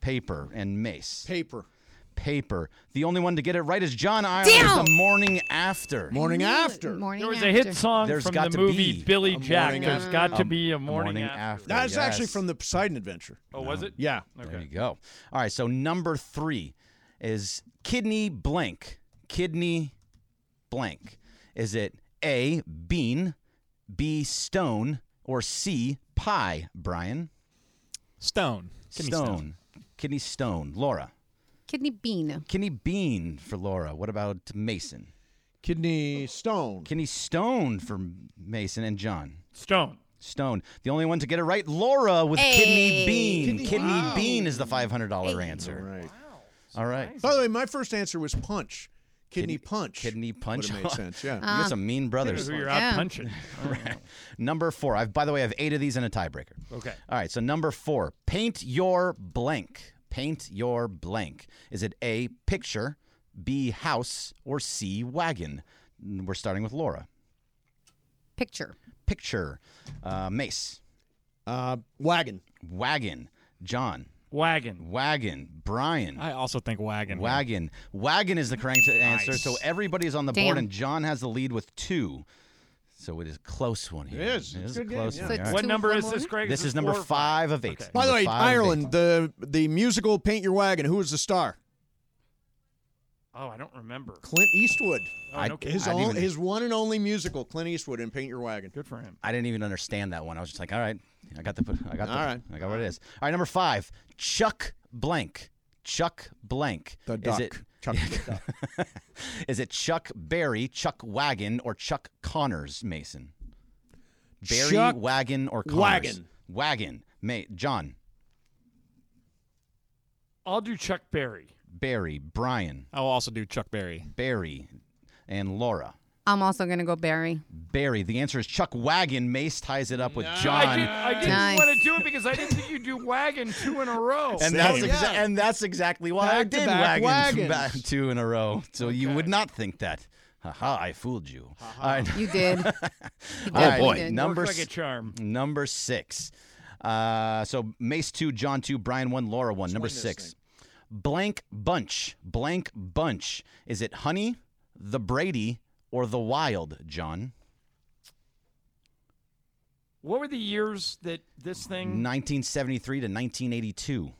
[SPEAKER 2] paper and mace.
[SPEAKER 1] Paper.
[SPEAKER 2] Paper. The only one to get it right is John Iron.
[SPEAKER 7] Damn!
[SPEAKER 2] The morning after.
[SPEAKER 1] Morning
[SPEAKER 7] knew it.
[SPEAKER 1] after.
[SPEAKER 7] Morning
[SPEAKER 3] There was a hit song
[SPEAKER 2] There's
[SPEAKER 3] from
[SPEAKER 2] got to
[SPEAKER 3] the movie
[SPEAKER 2] be
[SPEAKER 3] Billy
[SPEAKER 1] a
[SPEAKER 3] Jack.
[SPEAKER 1] morning
[SPEAKER 3] There's
[SPEAKER 1] after.
[SPEAKER 3] got to
[SPEAKER 1] Um,
[SPEAKER 3] be a morning,
[SPEAKER 2] morning
[SPEAKER 3] after.
[SPEAKER 2] after.
[SPEAKER 1] That's actually
[SPEAKER 2] yes.
[SPEAKER 1] from the Poseidon Adventure.
[SPEAKER 3] Oh, was it?
[SPEAKER 1] Yeah.
[SPEAKER 2] There you go. All right. So number three is kidney blank. Kidney blank. Is it A bean, B stone, or C pie? Brian.
[SPEAKER 6] Stone. Kidney stone.
[SPEAKER 2] Kidney stone. Laura.
[SPEAKER 7] Kidney bean.
[SPEAKER 2] Kidney bean for Laura. What about Mason?
[SPEAKER 1] Kidney Stone.
[SPEAKER 2] Kidney stone for Mason and John.
[SPEAKER 3] Stone.
[SPEAKER 2] Stone. The only one to get it right, Laura with
[SPEAKER 1] Hey.
[SPEAKER 2] kidney bean.
[SPEAKER 1] Kidney-
[SPEAKER 2] Kidney,
[SPEAKER 1] Wow.
[SPEAKER 2] bean is the $500 answer.
[SPEAKER 1] Right.
[SPEAKER 2] All right.
[SPEAKER 1] By the way, my first answer was punch. Kidney punch.
[SPEAKER 2] Kidney punch.
[SPEAKER 1] Would've made sense, yeah.
[SPEAKER 2] you got some mean brothers.
[SPEAKER 3] Who you're out
[SPEAKER 7] Yeah.
[SPEAKER 3] punching.
[SPEAKER 2] Right. Number four. I've by the way, I have eight of these and a tiebreaker.
[SPEAKER 3] Okay.
[SPEAKER 2] All right. So number four. Paint your blank. Paint your blank. Is it A picture, B house, or C wagon? We're starting with Laura.
[SPEAKER 7] Picture.
[SPEAKER 2] Picture. Uh, Mace.
[SPEAKER 1] Uh, wagon.
[SPEAKER 2] Wagon. John.
[SPEAKER 3] Wagon.
[SPEAKER 2] Wagon. Brian.
[SPEAKER 6] I also think wagon.
[SPEAKER 2] Wagon. Wagon is the correct answer.
[SPEAKER 6] Nice.
[SPEAKER 2] So everybody's on the
[SPEAKER 7] Damn.
[SPEAKER 2] board, and John has the lead with two. So it is a close one here.
[SPEAKER 1] It is.
[SPEAKER 2] It
[SPEAKER 1] It's
[SPEAKER 2] is
[SPEAKER 1] a
[SPEAKER 2] a
[SPEAKER 1] good game,
[SPEAKER 2] close
[SPEAKER 1] yeah.
[SPEAKER 2] one.
[SPEAKER 7] So it's
[SPEAKER 2] All right.
[SPEAKER 3] What
[SPEAKER 7] Two
[SPEAKER 3] number
[SPEAKER 7] from
[SPEAKER 3] is this,
[SPEAKER 7] one?
[SPEAKER 3] Greg?
[SPEAKER 2] This is number
[SPEAKER 3] four or
[SPEAKER 2] five of eight.
[SPEAKER 1] By
[SPEAKER 2] Number
[SPEAKER 1] the way,
[SPEAKER 2] five of eight.
[SPEAKER 1] Ireland, the the musical Paint Your Wagon, who was the star?
[SPEAKER 3] Oh, I don't remember.
[SPEAKER 1] Clint Eastwood.
[SPEAKER 3] Oh, no
[SPEAKER 2] I-
[SPEAKER 3] kidding.
[SPEAKER 1] His,
[SPEAKER 2] I didn't
[SPEAKER 1] own,
[SPEAKER 2] even-
[SPEAKER 1] his one and only musical, Clint Eastwood in Paint Your Wagon.
[SPEAKER 3] Good for him.
[SPEAKER 2] I didn't even understand that one. I was just like, all right, I got the, I got the,
[SPEAKER 1] All right.
[SPEAKER 2] I got what it is. All right, number five, Chuck Blank. Chuck Blank.
[SPEAKER 1] The
[SPEAKER 2] Is
[SPEAKER 1] duck.
[SPEAKER 2] it,
[SPEAKER 1] Chuck the
[SPEAKER 2] is it Chuck Berry, Chuck Wagon, or Chuck Connors, Mason? Berry,
[SPEAKER 1] Chuck
[SPEAKER 2] Wagon, or Connors?
[SPEAKER 1] Wagon.
[SPEAKER 2] Wagon. May, John,
[SPEAKER 3] I'll do Chuck Berry.
[SPEAKER 2] Berry, Brian,
[SPEAKER 6] I'll also do Chuck Berry.
[SPEAKER 2] Berry, and Laura.
[SPEAKER 7] I'm also gonna go Barry.
[SPEAKER 2] Berry. The answer is Chuck Wagon. Mace ties it up with
[SPEAKER 3] I,
[SPEAKER 2] John.
[SPEAKER 3] did, I didn't
[SPEAKER 7] Nice.
[SPEAKER 3] want to do it because I didn't think you'd do wagon two in a row.
[SPEAKER 2] And that's,
[SPEAKER 1] Same.
[SPEAKER 2] exa-
[SPEAKER 1] Yeah.
[SPEAKER 2] and that's exactly why I did
[SPEAKER 1] Back-to-back
[SPEAKER 2] wagons,
[SPEAKER 1] wagons.
[SPEAKER 2] back two in a row. So you would not think that. Haha, I fooled you. All right.
[SPEAKER 7] You did.
[SPEAKER 2] All right,
[SPEAKER 7] boy.
[SPEAKER 2] Number,
[SPEAKER 3] Works like
[SPEAKER 2] s-
[SPEAKER 3] a charm.
[SPEAKER 2] number six. Uh, so Mace two, John two, Brian one, Laura one. number
[SPEAKER 1] win this
[SPEAKER 2] six. Blank bunch. Blank bunch. Is it Honey, the Brady, or the Wild, John?
[SPEAKER 3] What were the years that this thing?
[SPEAKER 2] 1973 to 1982.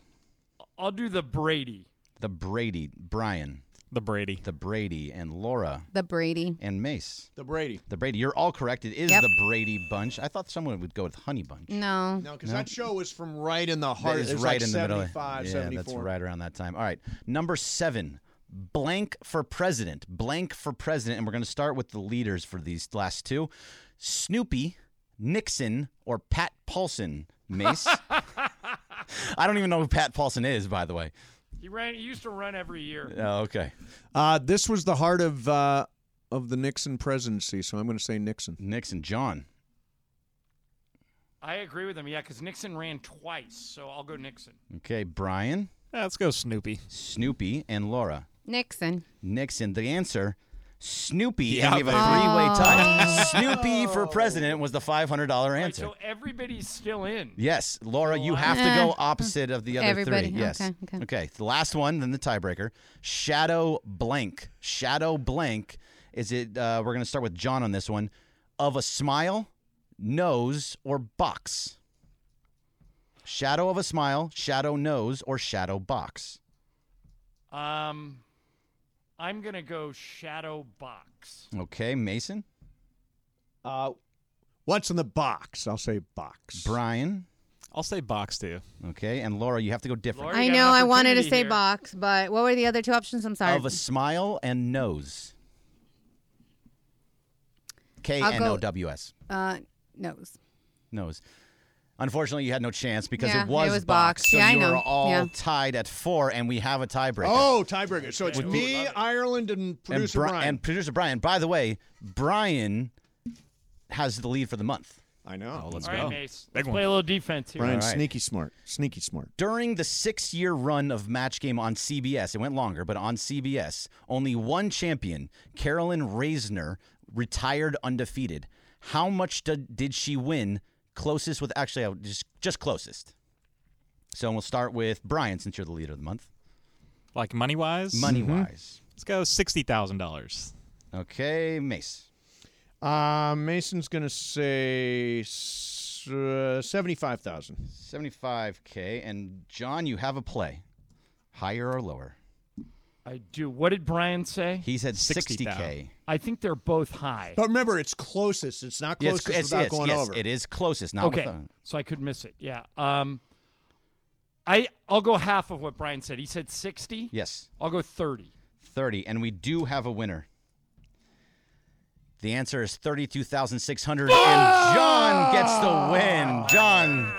[SPEAKER 3] I'll do the Brady.
[SPEAKER 2] The Brady, Brian.
[SPEAKER 6] The Brady.
[SPEAKER 2] The Brady and Laura
[SPEAKER 7] The Brady.
[SPEAKER 2] and Mace.
[SPEAKER 1] The Brady.
[SPEAKER 2] The Brady. You're all correct. It is
[SPEAKER 7] Yep.
[SPEAKER 2] the Brady Bunch. I thought someone would go with Honey Bunch.
[SPEAKER 7] No.
[SPEAKER 1] No, because that show was from right in the heart.
[SPEAKER 2] That is
[SPEAKER 1] It was
[SPEAKER 2] right
[SPEAKER 1] like
[SPEAKER 2] in the middle.
[SPEAKER 1] 75,
[SPEAKER 2] yeah,
[SPEAKER 1] 74.
[SPEAKER 2] that's right around that time. All right, number seven, blank for president. Blank for president, and we're going to start with the leaders for these last two: Snoopy, Nixon, or Pat Paulson. Mace. I don't even know who Pat Paulson is, by the way.
[SPEAKER 3] He ran. He used to run every year.
[SPEAKER 2] Oh, okay.
[SPEAKER 1] Uh, this was the heart of uh, of the Nixon presidency, so I'm going to say Nixon.
[SPEAKER 2] Nixon, John.
[SPEAKER 3] I agree with him. Yeah, because Nixon ran twice, so I'll go Nixon.
[SPEAKER 2] Okay, Brian,
[SPEAKER 6] Yeah, let's go Snoopy.
[SPEAKER 2] Snoopy, and Laura.
[SPEAKER 7] Nixon.
[SPEAKER 2] Nixon. The answer Snoopy,
[SPEAKER 3] Yeah,
[SPEAKER 2] and we have a
[SPEAKER 3] baby.
[SPEAKER 2] three-way tie.
[SPEAKER 3] Oh.
[SPEAKER 2] Snoopy for president was the $500 answer.
[SPEAKER 3] So everybody's still in.
[SPEAKER 2] Yes, Laura, you have to
[SPEAKER 7] Mm.
[SPEAKER 3] Eh.
[SPEAKER 2] go opposite of the other
[SPEAKER 3] Everybody,
[SPEAKER 2] three. Yes.
[SPEAKER 3] okay,
[SPEAKER 2] okay. The last one, then the tiebreaker. Shadow blank. Shadow blank. Is it? Uh, we're going to start with John on this one. Of a smile, nose, or box. Shadow of a smile, shadow nose, or shadow box.
[SPEAKER 3] Um, I'm gonna go shadow box.
[SPEAKER 2] Okay, Mason.
[SPEAKER 1] Uh, what's in the box? I'll say box.
[SPEAKER 2] Brian.
[SPEAKER 6] I'll say box too.
[SPEAKER 2] Okay, and Laura, you have to go different.
[SPEAKER 7] I know I wanted to say box, but what were the other two options? I'm sorry.
[SPEAKER 2] Of a smile and nose. K
[SPEAKER 7] I'll
[SPEAKER 2] N
[SPEAKER 7] go-
[SPEAKER 2] O W S.
[SPEAKER 7] uh, nose.
[SPEAKER 2] knows. Unfortunately, you had no chance because
[SPEAKER 7] Yeah,
[SPEAKER 2] it
[SPEAKER 7] it
[SPEAKER 2] was,
[SPEAKER 7] was
[SPEAKER 2] box.
[SPEAKER 7] boxed.
[SPEAKER 2] So
[SPEAKER 7] Yeah, I
[SPEAKER 2] you were
[SPEAKER 7] know.
[SPEAKER 2] all
[SPEAKER 7] Yeah.
[SPEAKER 2] tied at four, and we have a tiebreaker.
[SPEAKER 1] Oh, tiebreaker. So it's
[SPEAKER 2] Would
[SPEAKER 1] me,
[SPEAKER 2] be-
[SPEAKER 1] Ireland, and
[SPEAKER 2] and,
[SPEAKER 1] producer
[SPEAKER 2] Bri-
[SPEAKER 1] Brian.
[SPEAKER 2] and producer Brian. By the way, Brian has the lead for the month.
[SPEAKER 1] I know.
[SPEAKER 2] Oh, let's
[SPEAKER 3] All
[SPEAKER 2] go.
[SPEAKER 3] right, Mace. Let's play a little defense here.
[SPEAKER 2] Brian All right.
[SPEAKER 1] Sneaky smart. Sneaky smart.
[SPEAKER 2] During the six year run of match game on CBS, it went longer, but on CBS, only one champion, Carolyn Raisner, retired undefeated. How much did, did she win? Closest with, actually, I would just, just closest. So we'll start with Brian, since you're the leader of the month.
[SPEAKER 6] Like money wise?
[SPEAKER 2] Money wise.
[SPEAKER 6] Let's go $60,000.
[SPEAKER 2] Okay, Mace.
[SPEAKER 1] Uh, Mason's going to say s- uh, 75,000.
[SPEAKER 2] 75K. And John, you have a play. Higher or lower?
[SPEAKER 3] I do. What did Brian say?
[SPEAKER 2] He said 60K.
[SPEAKER 3] I think they're both high.
[SPEAKER 1] But remember, it's closest. It's not
[SPEAKER 2] Yeah, it's-
[SPEAKER 1] closest
[SPEAKER 2] it's-
[SPEAKER 1] without
[SPEAKER 2] it's-
[SPEAKER 1] going
[SPEAKER 2] yes,
[SPEAKER 1] over.
[SPEAKER 2] It is closest, not
[SPEAKER 3] okay,
[SPEAKER 2] without-
[SPEAKER 3] so I could miss it. Yeah. Um, I I'll go half of what Brian said. He said sixty.
[SPEAKER 2] Yes.
[SPEAKER 3] I'll go thirty.
[SPEAKER 2] 30, and we do have a winner. The answer is 32,600, and John gets the win. John,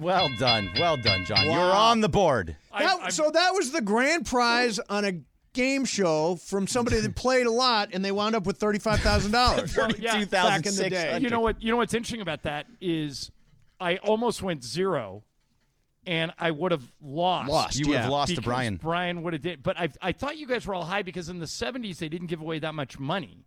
[SPEAKER 2] well done. Well done, John. You're
[SPEAKER 1] Wow.
[SPEAKER 2] on the board.
[SPEAKER 1] That- so that was the grand prize on a game show from somebody that played a lot and they wound up with $35,000.
[SPEAKER 3] Well, yeah.
[SPEAKER 1] Back in the day.
[SPEAKER 3] You know what? You know what's interesting about that is, I almost went zero, and I would have lost.
[SPEAKER 2] Lost, You would have yeah. lost to
[SPEAKER 3] because
[SPEAKER 2] Brian.
[SPEAKER 3] Brian would have did, but I I thought you guys were all high because in the '70s they didn't give away that much money,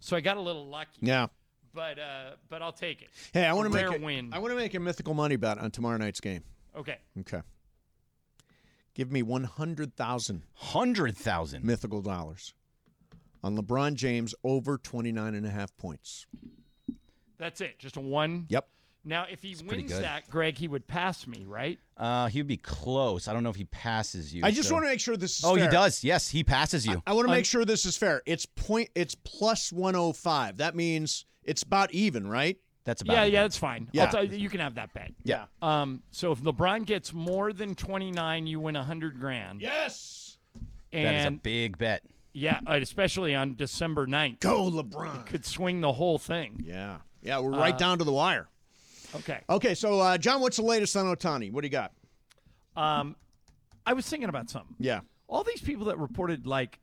[SPEAKER 3] so I got a little lucky.
[SPEAKER 1] Yeah.
[SPEAKER 3] But uh, but I'll take it.
[SPEAKER 1] Hey, I
[SPEAKER 3] A
[SPEAKER 1] want to make
[SPEAKER 3] rare
[SPEAKER 1] a,
[SPEAKER 3] win.
[SPEAKER 1] I want to make a mythical money bet on tomorrow night's game.
[SPEAKER 3] Okay.
[SPEAKER 1] Okay. Give me 100,000
[SPEAKER 2] 100,000
[SPEAKER 1] mythical dollars on LeBron James over 29 and a half points.
[SPEAKER 3] That's it. Just a one.
[SPEAKER 1] Yep.
[SPEAKER 3] Now, if he
[SPEAKER 2] pretty
[SPEAKER 3] wins
[SPEAKER 2] good.
[SPEAKER 3] that, Greg, he would pass me, right?
[SPEAKER 2] Uh, he'd be close. I don't know if he passes you.
[SPEAKER 1] I just
[SPEAKER 2] so-
[SPEAKER 1] want to make sure this is
[SPEAKER 2] Oh, he
[SPEAKER 1] fair.
[SPEAKER 2] does. Yes, he passes you.
[SPEAKER 1] I want to make sure this is fair. It's point it's plus 105. That means it's about even, right?
[SPEAKER 2] That's
[SPEAKER 3] yeah, yeah, that's fine.
[SPEAKER 1] Yeah.
[SPEAKER 3] I'll tell you, you can have that bet.
[SPEAKER 1] Yeah.
[SPEAKER 3] Um, so if LeBron gets more than 29, you win 100 grand.
[SPEAKER 1] Yes.
[SPEAKER 2] that is a
[SPEAKER 3] And
[SPEAKER 2] big bet.
[SPEAKER 3] yeah, uh, especially on December 9th.
[SPEAKER 1] Go, LeBron.
[SPEAKER 3] It could swing the whole thing.
[SPEAKER 1] Yeah. Yeah, we're right
[SPEAKER 3] Uh,
[SPEAKER 1] down to the wire.
[SPEAKER 3] Okay.
[SPEAKER 1] Okay, so uh, John, what's the latest on Otani? What do you got?
[SPEAKER 3] Um, I was thinking about something.
[SPEAKER 1] Yeah.
[SPEAKER 3] All these people that reported, like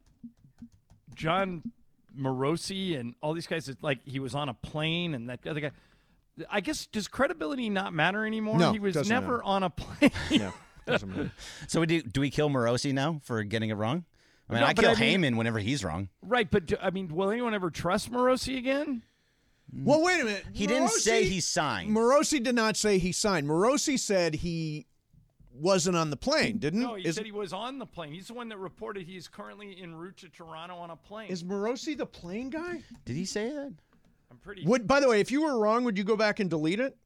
[SPEAKER 3] John Morosi and all these guys, that, like he was on a plane and that other guy. I guess does credibility not matter anymore?
[SPEAKER 2] No,
[SPEAKER 3] he was
[SPEAKER 2] doesn't
[SPEAKER 3] never
[SPEAKER 2] matter.
[SPEAKER 3] on a plane.
[SPEAKER 2] so we do, do we kill Morosi now for getting it wrong? I mean,
[SPEAKER 3] No,
[SPEAKER 2] I
[SPEAKER 3] but
[SPEAKER 2] kill
[SPEAKER 3] I mean-
[SPEAKER 2] Heyman whenever he's wrong.
[SPEAKER 3] Right, but do- I mean, will anyone ever trust Morosi again?
[SPEAKER 1] Well, wait a minute.
[SPEAKER 2] He didn't say
[SPEAKER 1] Morosi-
[SPEAKER 2] he signed.
[SPEAKER 1] Morosi did not say he signed. Morosi said he wasn't on the plane, didn't?
[SPEAKER 3] No, he
[SPEAKER 1] is,
[SPEAKER 3] said he was on the plane. He's the one that reported he is currently en route to Toronto on a plane.
[SPEAKER 1] is Morosi the plane guy?
[SPEAKER 2] Did he say that?
[SPEAKER 3] I'm pretty.
[SPEAKER 1] Would by the way, if you were wrong, would you go back and delete it?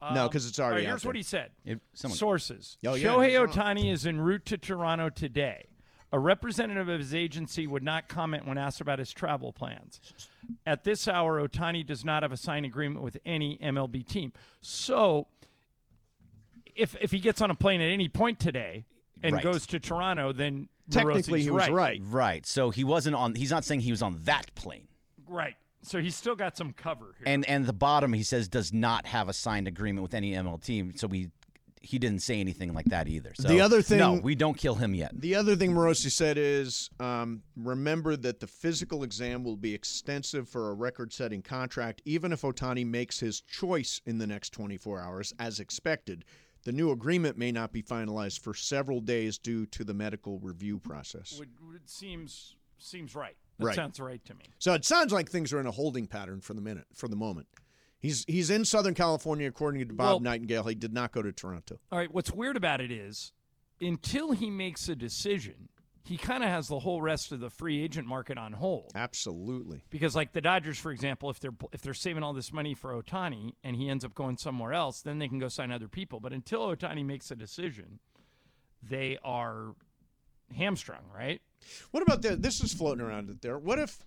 [SPEAKER 1] no,
[SPEAKER 3] Um,
[SPEAKER 1] 'cause it's
[SPEAKER 3] all right,
[SPEAKER 1] already out
[SPEAKER 3] here's what
[SPEAKER 1] there.
[SPEAKER 3] he said.
[SPEAKER 1] It- someone-
[SPEAKER 3] Sources:
[SPEAKER 1] Oh, yeah,
[SPEAKER 3] Shohei
[SPEAKER 1] it's wrong.
[SPEAKER 3] Otani is en route to Toronto today. A representative of his agency would not comment when asked about his travel plans. At this hour, Otani does not have a signed agreement with any MLB team. So, if if he gets on a plane at any point today and
[SPEAKER 2] Right.
[SPEAKER 3] goes to Toronto, then Morosi's
[SPEAKER 2] Right. So he wasn't on. He's not saying he was on that plane.
[SPEAKER 3] Right. So he's still got some cover here.
[SPEAKER 2] And and the bottom he says does not have a signed agreement with any ML team. So we he didn't say anything like that either. So
[SPEAKER 1] The other
[SPEAKER 2] no,
[SPEAKER 1] thing-
[SPEAKER 2] we don't kill him yet.
[SPEAKER 1] The other thing Morosi said is um, remember that the physical exam will be extensive for a record setting contract, even if Otani makes his choice in the next 24 hours, as expected. The new agreement may not be finalized for several days due to the medical review process.
[SPEAKER 3] would, would seems seems right. That
[SPEAKER 1] Right.
[SPEAKER 3] sounds right to me.
[SPEAKER 1] So it sounds like things are in a holding pattern for the minute, for the moment. He's he's in Southern California, according to Bob
[SPEAKER 3] Well-
[SPEAKER 1] Nightingale. He did not go to Toronto.
[SPEAKER 3] All right, what's weird about it is until he makes a decision, he kind of has the whole rest of the free agent market on hold.
[SPEAKER 1] Absolutely.
[SPEAKER 3] Because like the Dodgers for example, if they're if they're saving all this money for Otani and he ends up going somewhere else, then they can go sign other people, but until Otani makes a decision, they are hamstrung, right?
[SPEAKER 1] What about the? This is floating around out there. What if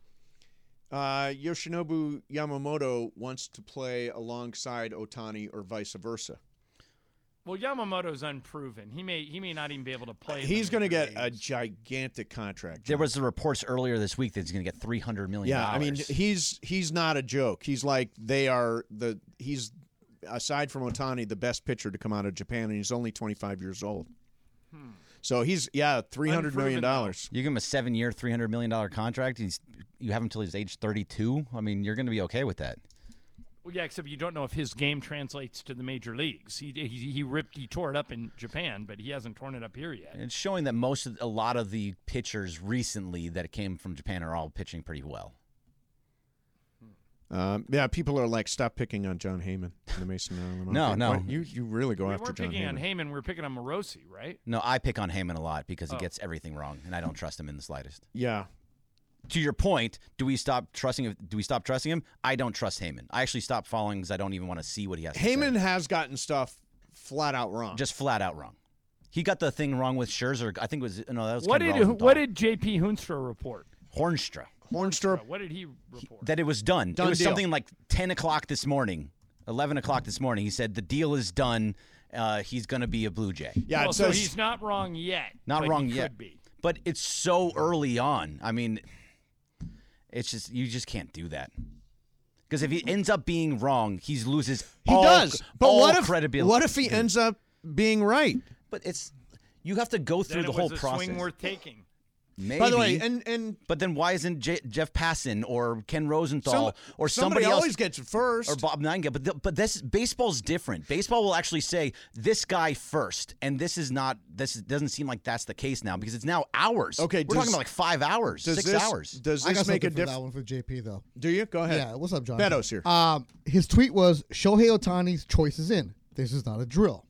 [SPEAKER 1] uh, Yoshinobu Yamamoto wants to play alongside Otani or vice versa?
[SPEAKER 3] Well, Yamamoto's unproven. He may he may not even be able to play. in the
[SPEAKER 1] He's going to get a gigantic contract.
[SPEAKER 2] There was the reports earlier this week that he's going to get three hundred million.
[SPEAKER 1] Yeah, I mean he's he's not a joke. He's like they are the he's aside from Otani the best pitcher to come out of Japan, and he's only 25 years old. So he's yeah, 300 million dollars.
[SPEAKER 2] You give him a seven-year, three hundred million dollar contract. He's you have him till he's age thirty-two. I mean, you're going to be okay with that.
[SPEAKER 3] Well, yeah, except you don't know if his game translates to the major leagues. He, he he ripped, he tore it up in Japan, but he hasn't torn it up here yet.
[SPEAKER 2] It's showing that most of a lot of the pitchers recently that came from Japan are all pitching pretty well.
[SPEAKER 1] Um, yeah, people are like, stop picking on John Heyman in the Mason Island. Mafia."
[SPEAKER 2] No, no.
[SPEAKER 1] Why- you you really go
[SPEAKER 3] we
[SPEAKER 1] after
[SPEAKER 3] weren't
[SPEAKER 1] John
[SPEAKER 3] picking
[SPEAKER 1] Heyman.
[SPEAKER 3] on Heyman, we were picking on Morosi, right?
[SPEAKER 2] No, I pick on Heyman a lot because he
[SPEAKER 3] Oh.
[SPEAKER 2] gets everything wrong, and I don't trust him in the slightest.
[SPEAKER 1] Yeah.
[SPEAKER 2] To your point, do we stop trusting? Do we stop trusting him? I don't trust Heyman. I actually stop following because I don't even want to see what he has. to
[SPEAKER 1] Heyman has gotten stuff flat out wrong.
[SPEAKER 2] Just flat out wrong. He got the thing wrong with Scherzer. I think it was no. That was
[SPEAKER 3] What
[SPEAKER 2] Ken
[SPEAKER 3] did
[SPEAKER 2] Rosenthal.
[SPEAKER 3] what did JP Hoonstra report?
[SPEAKER 2] Hornstra
[SPEAKER 1] Hornstra
[SPEAKER 3] What did he report?
[SPEAKER 2] that it was done.
[SPEAKER 3] Done
[SPEAKER 2] it was
[SPEAKER 3] deal.
[SPEAKER 2] something like ten o'clock this morning, eleven o'clock this morning. He said the deal is done. Uh, he's going to be a Blue Jay.
[SPEAKER 3] Well, so he's not wrong yet.
[SPEAKER 2] Not
[SPEAKER 3] but
[SPEAKER 2] wrong
[SPEAKER 3] he
[SPEAKER 2] yet.
[SPEAKER 3] Could be.
[SPEAKER 2] But it's so early on. I mean, it's just you just can't do that. Because if he ends up being wrong, he loses.
[SPEAKER 1] He
[SPEAKER 2] all-
[SPEAKER 1] does. But
[SPEAKER 2] all
[SPEAKER 1] what if
[SPEAKER 2] credibility?
[SPEAKER 1] what if he ends up being right?
[SPEAKER 2] But it's you have to go
[SPEAKER 3] Then
[SPEAKER 2] through the
[SPEAKER 3] it
[SPEAKER 2] whole
[SPEAKER 3] was a
[SPEAKER 2] process.
[SPEAKER 3] swing worth taking.
[SPEAKER 2] Maybe.
[SPEAKER 1] By the way, and and
[SPEAKER 2] but then why isn't J- Jeff Passan or Ken Rosenthal
[SPEAKER 1] Some-
[SPEAKER 2] or
[SPEAKER 1] somebody
[SPEAKER 2] somebody, else
[SPEAKER 1] always gets it first
[SPEAKER 2] or Bob Nightingale? But th- but this baseball's different. Baseball will actually say this guy first, and this is not. This is- doesn't seem like that's the case now because it's now hours.
[SPEAKER 1] Okay,
[SPEAKER 2] we're
[SPEAKER 1] does-
[SPEAKER 2] talking about like five hours,
[SPEAKER 1] does
[SPEAKER 2] six
[SPEAKER 1] this-
[SPEAKER 2] hours.
[SPEAKER 1] does
[SPEAKER 20] I got
[SPEAKER 1] this make a
[SPEAKER 20] something for
[SPEAKER 1] diff-
[SPEAKER 20] That one for JP though.
[SPEAKER 1] Do you go ahead?
[SPEAKER 20] Yeah. What's up, John?
[SPEAKER 1] Beto's here.
[SPEAKER 20] Um, his tweet was Shohei Otani's choice is in. This is not a drill.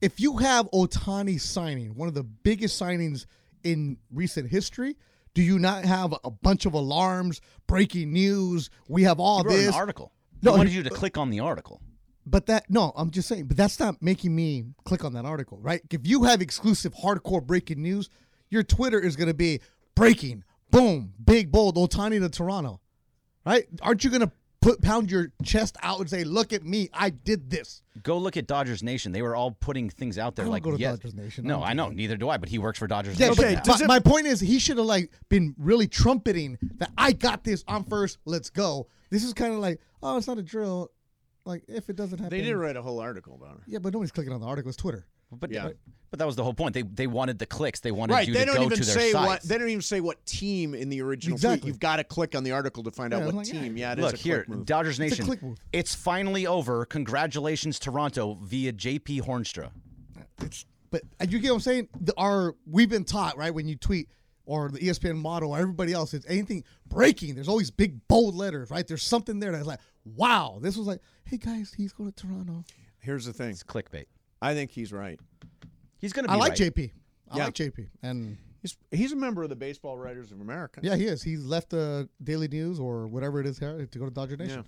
[SPEAKER 20] If you have Otani signing, one of the biggest signings in recent history, do you not have a bunch of alarms, breaking news? We have all
[SPEAKER 2] He wrote
[SPEAKER 20] this
[SPEAKER 2] an article.
[SPEAKER 20] No, uh,
[SPEAKER 2] he wanted
[SPEAKER 20] he-
[SPEAKER 2] you to click on the article.
[SPEAKER 20] But that no, I'm just saying. But that's not making me click on that article, right? If you have exclusive hardcore breaking news, your Twitter is going to be breaking, boom, big bold, Otani to Toronto, right? Aren't you going to put pound your chest out and say, "Look at me, I did this"?
[SPEAKER 2] Go look at Dodgers Nation. They were all putting things out there
[SPEAKER 20] I don't
[SPEAKER 2] like
[SPEAKER 20] go to
[SPEAKER 2] yes-
[SPEAKER 20] Dodgers Nation. I
[SPEAKER 2] No,
[SPEAKER 20] don't
[SPEAKER 2] I
[SPEAKER 20] do
[SPEAKER 2] know, neither do I, but he works for Dodgers
[SPEAKER 20] Yeah,
[SPEAKER 2] Nation.
[SPEAKER 20] but
[SPEAKER 2] now.
[SPEAKER 20] my, my point is, he should have like been really trumpeting that I got this. I'm first. Let's go. This is kind of like, oh, it's not a drill. Like if it doesn't happen,
[SPEAKER 1] They did write a whole article about it.
[SPEAKER 20] Yeah, but nobody's clicking on the article. It's Twitter.
[SPEAKER 2] But, but that was the whole point. They they wanted the clicks. They wanted
[SPEAKER 1] right.
[SPEAKER 2] you
[SPEAKER 1] They
[SPEAKER 2] to
[SPEAKER 1] don't
[SPEAKER 2] go
[SPEAKER 1] even
[SPEAKER 2] to their
[SPEAKER 1] say
[SPEAKER 2] site.
[SPEAKER 1] what they don't even say what team in the original tweet.
[SPEAKER 2] Exactly.
[SPEAKER 1] You've got to click on the article to find
[SPEAKER 2] Yeah,
[SPEAKER 1] out what
[SPEAKER 2] I'm like,
[SPEAKER 1] team. Yeah, it is
[SPEAKER 2] Look
[SPEAKER 1] a click
[SPEAKER 2] here,
[SPEAKER 1] move.
[SPEAKER 2] Dodgers Nation.
[SPEAKER 1] click move.
[SPEAKER 2] It's finally over. Congratulations, Toronto, via JP Hornstra.
[SPEAKER 20] But uh, you get what I'm saying? The, our we've been taught right when you tweet or the E ESPN model or everybody else, it's anything breaking. There's always big bold letters, right? There's something there that's like, wow, this was like, hey guys, he's going to Toronto.
[SPEAKER 1] Here's the thing. It's
[SPEAKER 2] clickbait.
[SPEAKER 1] I think he's right.
[SPEAKER 2] He's going
[SPEAKER 20] I like JP. I like JP, and
[SPEAKER 1] he's he's a member of the Baseball Writers of America.
[SPEAKER 20] Yeah, he is. He's left the Daily News or whatever it is here to go to Dodger Nation.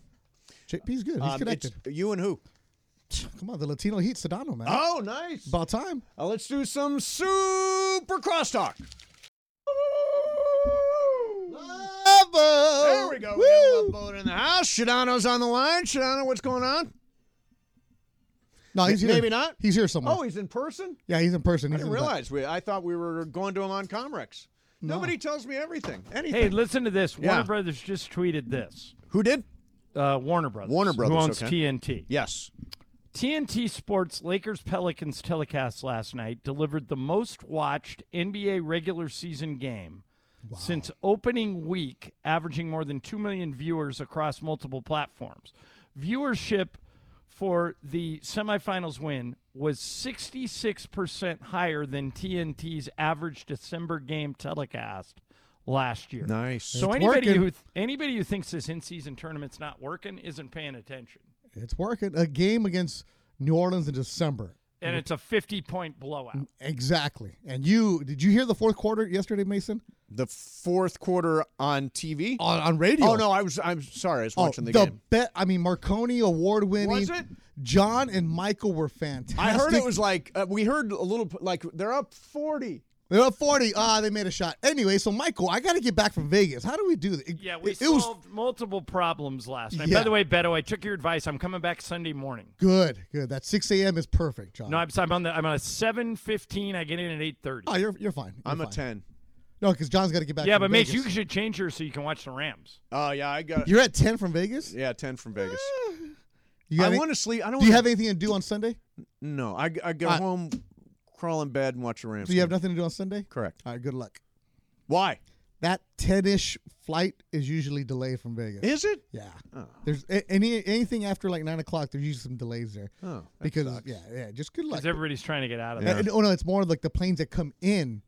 [SPEAKER 20] JP's good. He's
[SPEAKER 1] Um, it's
[SPEAKER 20] connected.
[SPEAKER 1] You and who?
[SPEAKER 20] Come on, the Latino Heat, Sedano, man.
[SPEAKER 1] Oh, nice.
[SPEAKER 20] About time.
[SPEAKER 1] Uh, let's do some super crosstalk. There we go. We got Love Boat in the house. Shadano's on the line. Shadano, what's going on?
[SPEAKER 20] No, he's here.
[SPEAKER 1] Maybe not.
[SPEAKER 20] He's here somewhere.
[SPEAKER 1] Oh, he's in person.
[SPEAKER 20] yeah, he's in person.
[SPEAKER 1] I
[SPEAKER 20] He's in
[SPEAKER 1] didn't
[SPEAKER 20] the back.
[SPEAKER 1] realize we. I thought we were going to him on Comrex. Nobody tells me everything. Anything.
[SPEAKER 3] Hey, listen to this.
[SPEAKER 1] Yeah.
[SPEAKER 3] Warner Brothers just tweeted this.
[SPEAKER 1] Who did?
[SPEAKER 3] Uh, Warner Brothers.
[SPEAKER 1] Warner Brothers.
[SPEAKER 3] Who owns
[SPEAKER 1] okay.
[SPEAKER 3] TNT?
[SPEAKER 1] Yes.
[SPEAKER 3] TNT Sports Lakers Pelicans telecast last night delivered the most watched NBA regular season game since opening week, averaging more than 2 million viewers across multiple platforms. Viewership for the semifinals win was 66% higher than TNT's average December game telecast last year.
[SPEAKER 1] Nice.
[SPEAKER 3] So
[SPEAKER 20] It's
[SPEAKER 3] anybody
[SPEAKER 20] working.
[SPEAKER 3] who anybody who thinks this in-season tournament's not working isn't paying attention.
[SPEAKER 20] It's working. A game against New Orleans in December.
[SPEAKER 3] And it's a 50-point blowout.
[SPEAKER 20] Exactly. And you did you hear the fourth quarter yesterday, Mason?
[SPEAKER 1] The fourth quarter on TV
[SPEAKER 20] on, on radio. Oh,
[SPEAKER 1] Oh no, I was I'm sorry, I was watching the, game.
[SPEAKER 20] bet. I mean, Marconi award winning.
[SPEAKER 1] Was it?
[SPEAKER 20] John and Michael were fantastic.
[SPEAKER 1] I heard it was like uh, we heard a little like they're up forty.
[SPEAKER 20] They're up forty. Ah, they made a shot. Anyway, so Michael, I got to get back from Vegas. How do we do this? It-
[SPEAKER 3] Yeah, we
[SPEAKER 20] it, it was
[SPEAKER 3] solved multiple problems last night.
[SPEAKER 20] Yeah.
[SPEAKER 3] By the way, Beto, I took your advice. I'm coming back Sunday morning.
[SPEAKER 20] good. Good. That six a.m. is perfect, John.
[SPEAKER 3] No, I'm, I'm on the I'm on a 7:15. I get in at 8:30.
[SPEAKER 20] Oh, you're you're fine.
[SPEAKER 1] I'm
[SPEAKER 20] You're
[SPEAKER 1] a
[SPEAKER 20] fine.
[SPEAKER 1] ten.
[SPEAKER 20] No, because John's got to get back.
[SPEAKER 3] yeah,
[SPEAKER 20] from
[SPEAKER 3] but Mace,
[SPEAKER 20] Vegas.
[SPEAKER 3] you should change yours so you can watch the Rams.
[SPEAKER 1] Oh yeah, I got
[SPEAKER 20] You're at ten from Vegas. Uh,
[SPEAKER 1] yeah ten from Vegas.
[SPEAKER 20] You got
[SPEAKER 1] I
[SPEAKER 20] any-
[SPEAKER 1] want to sleep. I don't.
[SPEAKER 20] Do you
[SPEAKER 1] wanna-
[SPEAKER 20] have anything to do on Sunday?
[SPEAKER 1] No, I I go
[SPEAKER 20] I-
[SPEAKER 1] home, crawl in bed and watch the Rams.
[SPEAKER 20] So you have
[SPEAKER 1] game.
[SPEAKER 20] nothing to do on Sunday?
[SPEAKER 1] Correct.
[SPEAKER 20] All right, good luck.
[SPEAKER 1] Why?
[SPEAKER 20] That 10-ish flight is usually delayed from Vegas.
[SPEAKER 1] Is it? Oh.
[SPEAKER 20] Yeah. There's a- any anything after like nine o'clock. There's usually some delays there.
[SPEAKER 1] Oh, that
[SPEAKER 20] because
[SPEAKER 1] sucks.
[SPEAKER 20] yeah, yeah, just good luck.
[SPEAKER 3] Because everybody's trying to get out of
[SPEAKER 20] And-
[SPEAKER 3] there.
[SPEAKER 20] and- oh no, it's more like the planes that come in.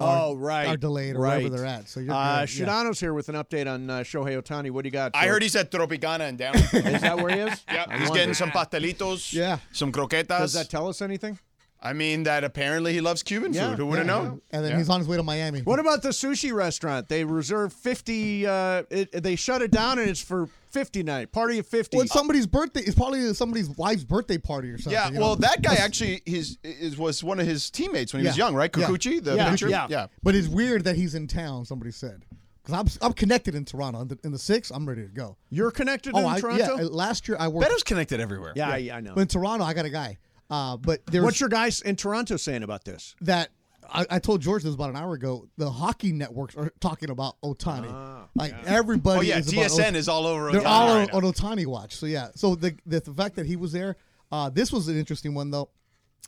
[SPEAKER 20] Are,
[SPEAKER 1] Oh right,
[SPEAKER 20] Are delayed or
[SPEAKER 1] right.
[SPEAKER 20] wherever they're at. So you're
[SPEAKER 1] uh,
[SPEAKER 20] good. Yeah.
[SPEAKER 1] Shadano's here with an update on uh, Shohei Otani. What do you got?
[SPEAKER 9] I
[SPEAKER 1] Joe?
[SPEAKER 9] heard he's at Tropicana and down.
[SPEAKER 1] Is that where he is?
[SPEAKER 9] yep,
[SPEAKER 1] I
[SPEAKER 9] he's
[SPEAKER 1] wondered.
[SPEAKER 9] getting some pastelitos.
[SPEAKER 20] Yeah.
[SPEAKER 9] Some croquetas.
[SPEAKER 1] Does that tell us anything?
[SPEAKER 9] I mean, that apparently he loves Cuban
[SPEAKER 1] Yeah,
[SPEAKER 9] food. Who would have
[SPEAKER 20] yeah.
[SPEAKER 9] known?
[SPEAKER 20] And then
[SPEAKER 9] Yeah.
[SPEAKER 20] he's on his way to Miami.
[SPEAKER 1] What about the sushi restaurant? They reserve fifty. Uh, it, they shut it down, and it's for fifty night party of fifty.
[SPEAKER 20] Well, it's somebody's birthday. It's probably somebody's wife's birthday party or something.
[SPEAKER 9] Yeah,
[SPEAKER 20] you
[SPEAKER 9] well,
[SPEAKER 20] know?
[SPEAKER 9] that guy actually his is, was one of his teammates when he was
[SPEAKER 20] Yeah.
[SPEAKER 9] young, right?
[SPEAKER 20] Yeah.
[SPEAKER 9] Kikuchi, the
[SPEAKER 20] yeah.
[SPEAKER 9] pitcher.
[SPEAKER 20] Yeah. But it's weird that he's in town, somebody said. Because I'm, I'm connected in Toronto. In the, in the six, I'm ready to go.
[SPEAKER 1] You're connected in
[SPEAKER 20] Oh, I,
[SPEAKER 1] Toronto.
[SPEAKER 20] Yeah, last year I worked.
[SPEAKER 9] Beto's connected everywhere.
[SPEAKER 1] Yeah, I, I know.
[SPEAKER 20] But in Toronto, I got a guy. Uh, but there's
[SPEAKER 1] What's your guys in Toronto saying about this?
[SPEAKER 20] that I, I told George this about an hour ago. The hockey networks are talking about Otani.
[SPEAKER 1] Ah,
[SPEAKER 20] like everybody.
[SPEAKER 9] Oh, yeah,
[SPEAKER 20] is about
[SPEAKER 9] TSN
[SPEAKER 20] Ot-
[SPEAKER 9] is all over
[SPEAKER 20] They're
[SPEAKER 9] Ohtani
[SPEAKER 20] all
[SPEAKER 9] right
[SPEAKER 20] on, on Otani watch. So yeah. So the, the the fact that he was there, uh, this was an interesting one though.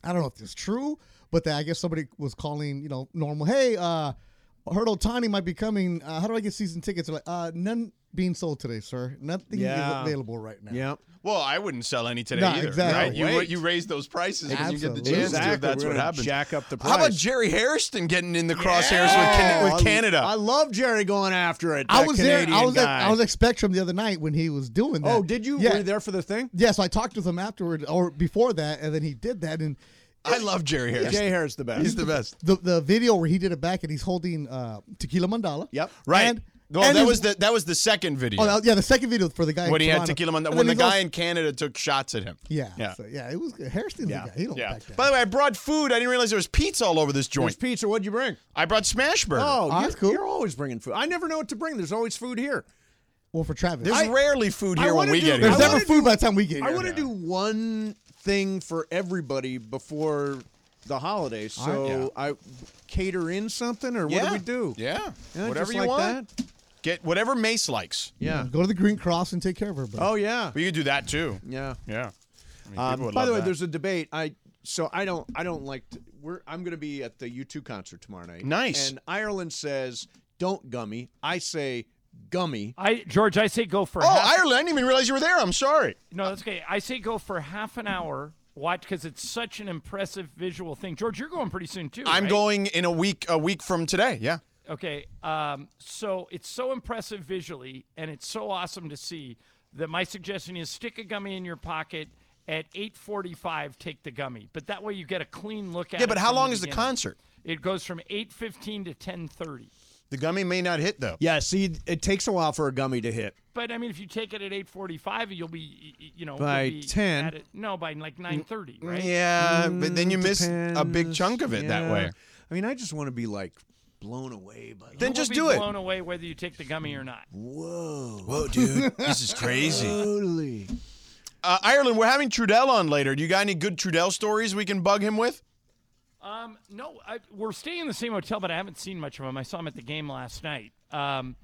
[SPEAKER 20] I don't know if it's true, but that I guess somebody was calling. You know, normal. Hey, uh, I heard Otani might be coming. Uh, how do I get season tickets? They're like, uh, none being sold today, sir. Nothing
[SPEAKER 9] Yeah.
[SPEAKER 20] is available right now.
[SPEAKER 1] Yep.
[SPEAKER 9] Well, I wouldn't sell any today
[SPEAKER 20] Nah,
[SPEAKER 9] either.
[SPEAKER 20] exactly.
[SPEAKER 9] Right? You
[SPEAKER 20] Wait.
[SPEAKER 9] you raise those prices when you get the
[SPEAKER 20] Absolutely.
[SPEAKER 9] chance to. if
[SPEAKER 1] Exactly.
[SPEAKER 9] That's
[SPEAKER 1] We're
[SPEAKER 9] what
[SPEAKER 1] gonna
[SPEAKER 9] happens.
[SPEAKER 1] jack up the
[SPEAKER 9] How about
[SPEAKER 1] price.
[SPEAKER 9] Jerry Harrison getting in the crosshairs with, Can- with Canada?
[SPEAKER 1] I love Jerry going after it.
[SPEAKER 20] I
[SPEAKER 1] that
[SPEAKER 20] was
[SPEAKER 1] Canadian
[SPEAKER 20] there. I was at,
[SPEAKER 1] guy.
[SPEAKER 20] I was at Spectrum the other night when he was doing that.
[SPEAKER 1] Oh, did you?
[SPEAKER 20] Yeah.
[SPEAKER 1] Were you there for the thing?
[SPEAKER 20] Yeah, so I talked with him afterward or before that, and then he did that. And
[SPEAKER 9] I love Jerry Harrison.
[SPEAKER 1] Jay Hare's the best.
[SPEAKER 9] He's the best.
[SPEAKER 20] the the video where he did it back, and he's holding uh, tequila mandala. Yep,
[SPEAKER 9] Right.
[SPEAKER 20] And,
[SPEAKER 9] well,
[SPEAKER 20] and
[SPEAKER 9] that
[SPEAKER 20] his-
[SPEAKER 9] was the that was the second video
[SPEAKER 20] Oh, that- yeah, the second video for the guy in
[SPEAKER 9] when he had
[SPEAKER 20] Toronto.
[SPEAKER 9] tequila on
[SPEAKER 20] And
[SPEAKER 9] when the
[SPEAKER 20] then
[SPEAKER 9] guy
[SPEAKER 20] he's
[SPEAKER 9] in Canada took shots at him.
[SPEAKER 20] Yeah,
[SPEAKER 9] Yeah.
[SPEAKER 20] also- yeah, it was good. Harrison's
[SPEAKER 9] Yeah.
[SPEAKER 20] the guy. He don't
[SPEAKER 9] Yeah.
[SPEAKER 20] back down.
[SPEAKER 9] By the way, I brought food. I didn't realize there was pizza all over this
[SPEAKER 1] There's
[SPEAKER 9] joint.
[SPEAKER 1] pizza. What'd you bring?
[SPEAKER 9] I brought smash burger.
[SPEAKER 1] Oh,
[SPEAKER 20] Oh,
[SPEAKER 1] you're,
[SPEAKER 20] that's cool.
[SPEAKER 1] you're always bringing food. I never know what to bring. There's always food here.
[SPEAKER 20] Well, for Travis,
[SPEAKER 9] There's rarely food
[SPEAKER 1] I
[SPEAKER 9] here when
[SPEAKER 1] wanna
[SPEAKER 9] we
[SPEAKER 1] do-
[SPEAKER 9] get
[SPEAKER 1] I
[SPEAKER 9] here.
[SPEAKER 20] there's
[SPEAKER 1] wanna
[SPEAKER 20] never
[SPEAKER 1] do-
[SPEAKER 20] food by the time we get here.
[SPEAKER 1] I want to do one thing for everybody before the holidays.
[SPEAKER 20] All right.
[SPEAKER 1] So I cater in something, or what
[SPEAKER 9] Yeah.
[SPEAKER 1] do we do?
[SPEAKER 9] Yeah.
[SPEAKER 1] Yeah,
[SPEAKER 9] whatever
[SPEAKER 1] just
[SPEAKER 9] you
[SPEAKER 1] like
[SPEAKER 9] want. Get whatever Mace likes.
[SPEAKER 1] Yeah.
[SPEAKER 20] Go to the Green Cross and take care of her, bro.
[SPEAKER 1] Oh yeah.
[SPEAKER 9] Well, you could do that too.
[SPEAKER 1] Yeah.
[SPEAKER 9] Yeah. I mean,
[SPEAKER 1] Um,
[SPEAKER 9] people would
[SPEAKER 1] by the
[SPEAKER 9] love
[SPEAKER 1] way,
[SPEAKER 9] that.
[SPEAKER 1] there's a debate. I so I don't I don't like to, we're I'm going to be at the U2 concert tomorrow night.
[SPEAKER 9] Nice.
[SPEAKER 1] And Ireland says don't gummy. I say gummy.
[SPEAKER 3] I George, I say go for.
[SPEAKER 9] Oh,
[SPEAKER 3] half,
[SPEAKER 9] Ireland! I didn't even realize you were there. I'm sorry.
[SPEAKER 3] No, that's okay. I say go for half an hour. Watch because it's such an impressive visual thing. George, you're going pretty soon too.
[SPEAKER 9] I'm
[SPEAKER 3] right?
[SPEAKER 9] going in a week. A week from today. Yeah.
[SPEAKER 3] Okay. Um, so it's so impressive visually, and it's so awesome to see that my suggestion is stick a gummy in your pocket at 8:45. Take the gummy, but that way you get a clean look at.
[SPEAKER 9] Yeah,
[SPEAKER 3] it
[SPEAKER 9] but how
[SPEAKER 3] from
[SPEAKER 9] long is the
[SPEAKER 3] beginning.
[SPEAKER 9] concert?
[SPEAKER 3] It goes from 8:15 to 10:30.
[SPEAKER 9] The gummy may not hit though.
[SPEAKER 1] Yeah, see it takes a while for a gummy to hit.
[SPEAKER 3] But I mean, if you take it at 8:45, you'll be, y- y- you know, you'll
[SPEAKER 1] By
[SPEAKER 3] be
[SPEAKER 1] 10.
[SPEAKER 3] at it- no, by like 9:30, right?
[SPEAKER 9] Mm, Yeah, but then you
[SPEAKER 1] Mm,
[SPEAKER 9] miss a big
[SPEAKER 1] depends.
[SPEAKER 9] chunk of it that
[SPEAKER 1] Yeah.
[SPEAKER 9] way.
[SPEAKER 1] I mean, I just want to be like blown away by
[SPEAKER 3] You
[SPEAKER 9] Then
[SPEAKER 3] will
[SPEAKER 9] just
[SPEAKER 3] be
[SPEAKER 9] do it.
[SPEAKER 3] Blown away whether you take the gummy or not.
[SPEAKER 1] whoa.
[SPEAKER 9] Whoa, dude, this is crazy.
[SPEAKER 1] Totally.
[SPEAKER 9] Uh, Ireland, we're having Trudell on later. Do you got any good Trudell stories we can bug him with?
[SPEAKER 3] Um, no, I, we're staying in the same hotel, but I haven't seen much of him. I saw him at the game last night. Um,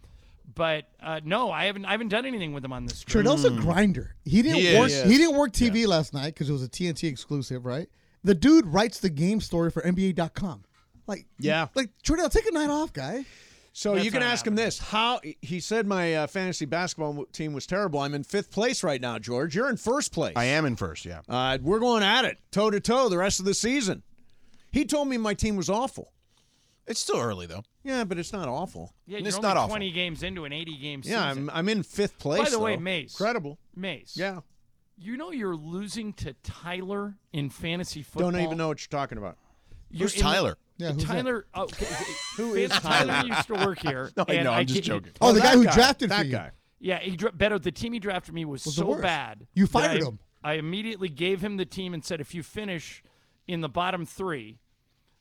[SPEAKER 3] but uh, no, I haven't. I haven't done anything with him on this. group.
[SPEAKER 20] Trudeau's a
[SPEAKER 1] Hmm.
[SPEAKER 20] grinder. He didn't
[SPEAKER 9] Mm. He
[SPEAKER 20] work.
[SPEAKER 9] is.
[SPEAKER 20] He didn't work TV last night because it was a TNT exclusive, right? The dude writes the game story for NBA.com. Like
[SPEAKER 1] Yeah.
[SPEAKER 20] like Trudeau, take a night off, guy.
[SPEAKER 1] So
[SPEAKER 3] That's
[SPEAKER 1] you can
[SPEAKER 3] not
[SPEAKER 1] ask him this: How he said my uh, fantasy basketball w- team was terrible. I'm in fifth place right now, George. You're in first place.
[SPEAKER 9] I am in first, yeah.
[SPEAKER 1] Uh, we're going at it toe to toe the rest of the season. He told me my team was awful.
[SPEAKER 9] It's still early though.
[SPEAKER 1] Yeah, but it's not awful.
[SPEAKER 3] Yeah,
[SPEAKER 1] And
[SPEAKER 3] you're
[SPEAKER 1] it's
[SPEAKER 3] only
[SPEAKER 1] not awful.
[SPEAKER 3] 20 games into an 80 game season.
[SPEAKER 1] Yeah, I'm, I'm in fifth place.
[SPEAKER 3] By the way,
[SPEAKER 1] though.
[SPEAKER 3] Mace.
[SPEAKER 1] Incredible.
[SPEAKER 3] Mace.
[SPEAKER 1] Yeah.
[SPEAKER 3] You know you're losing to Tyler in fantasy football.
[SPEAKER 1] Don't even know what you're talking about.
[SPEAKER 3] You're in the- Tyler. oh, okay. Who is Tyler?
[SPEAKER 1] Tyler?
[SPEAKER 3] used to work here.
[SPEAKER 1] No, I
[SPEAKER 3] and
[SPEAKER 1] know, I'm just
[SPEAKER 3] get-
[SPEAKER 1] joking.
[SPEAKER 20] Oh, the
[SPEAKER 3] that
[SPEAKER 20] guy who drafted
[SPEAKER 3] that
[SPEAKER 20] for you.
[SPEAKER 3] guy. Yeah, he dra- better. The team he drafted me was,
[SPEAKER 20] Was the
[SPEAKER 3] so
[SPEAKER 20] worst.
[SPEAKER 3] bad.
[SPEAKER 20] You
[SPEAKER 3] that
[SPEAKER 20] fired
[SPEAKER 3] I-
[SPEAKER 20] him.
[SPEAKER 3] I immediately gave him the team and said, if you finish in the bottom three,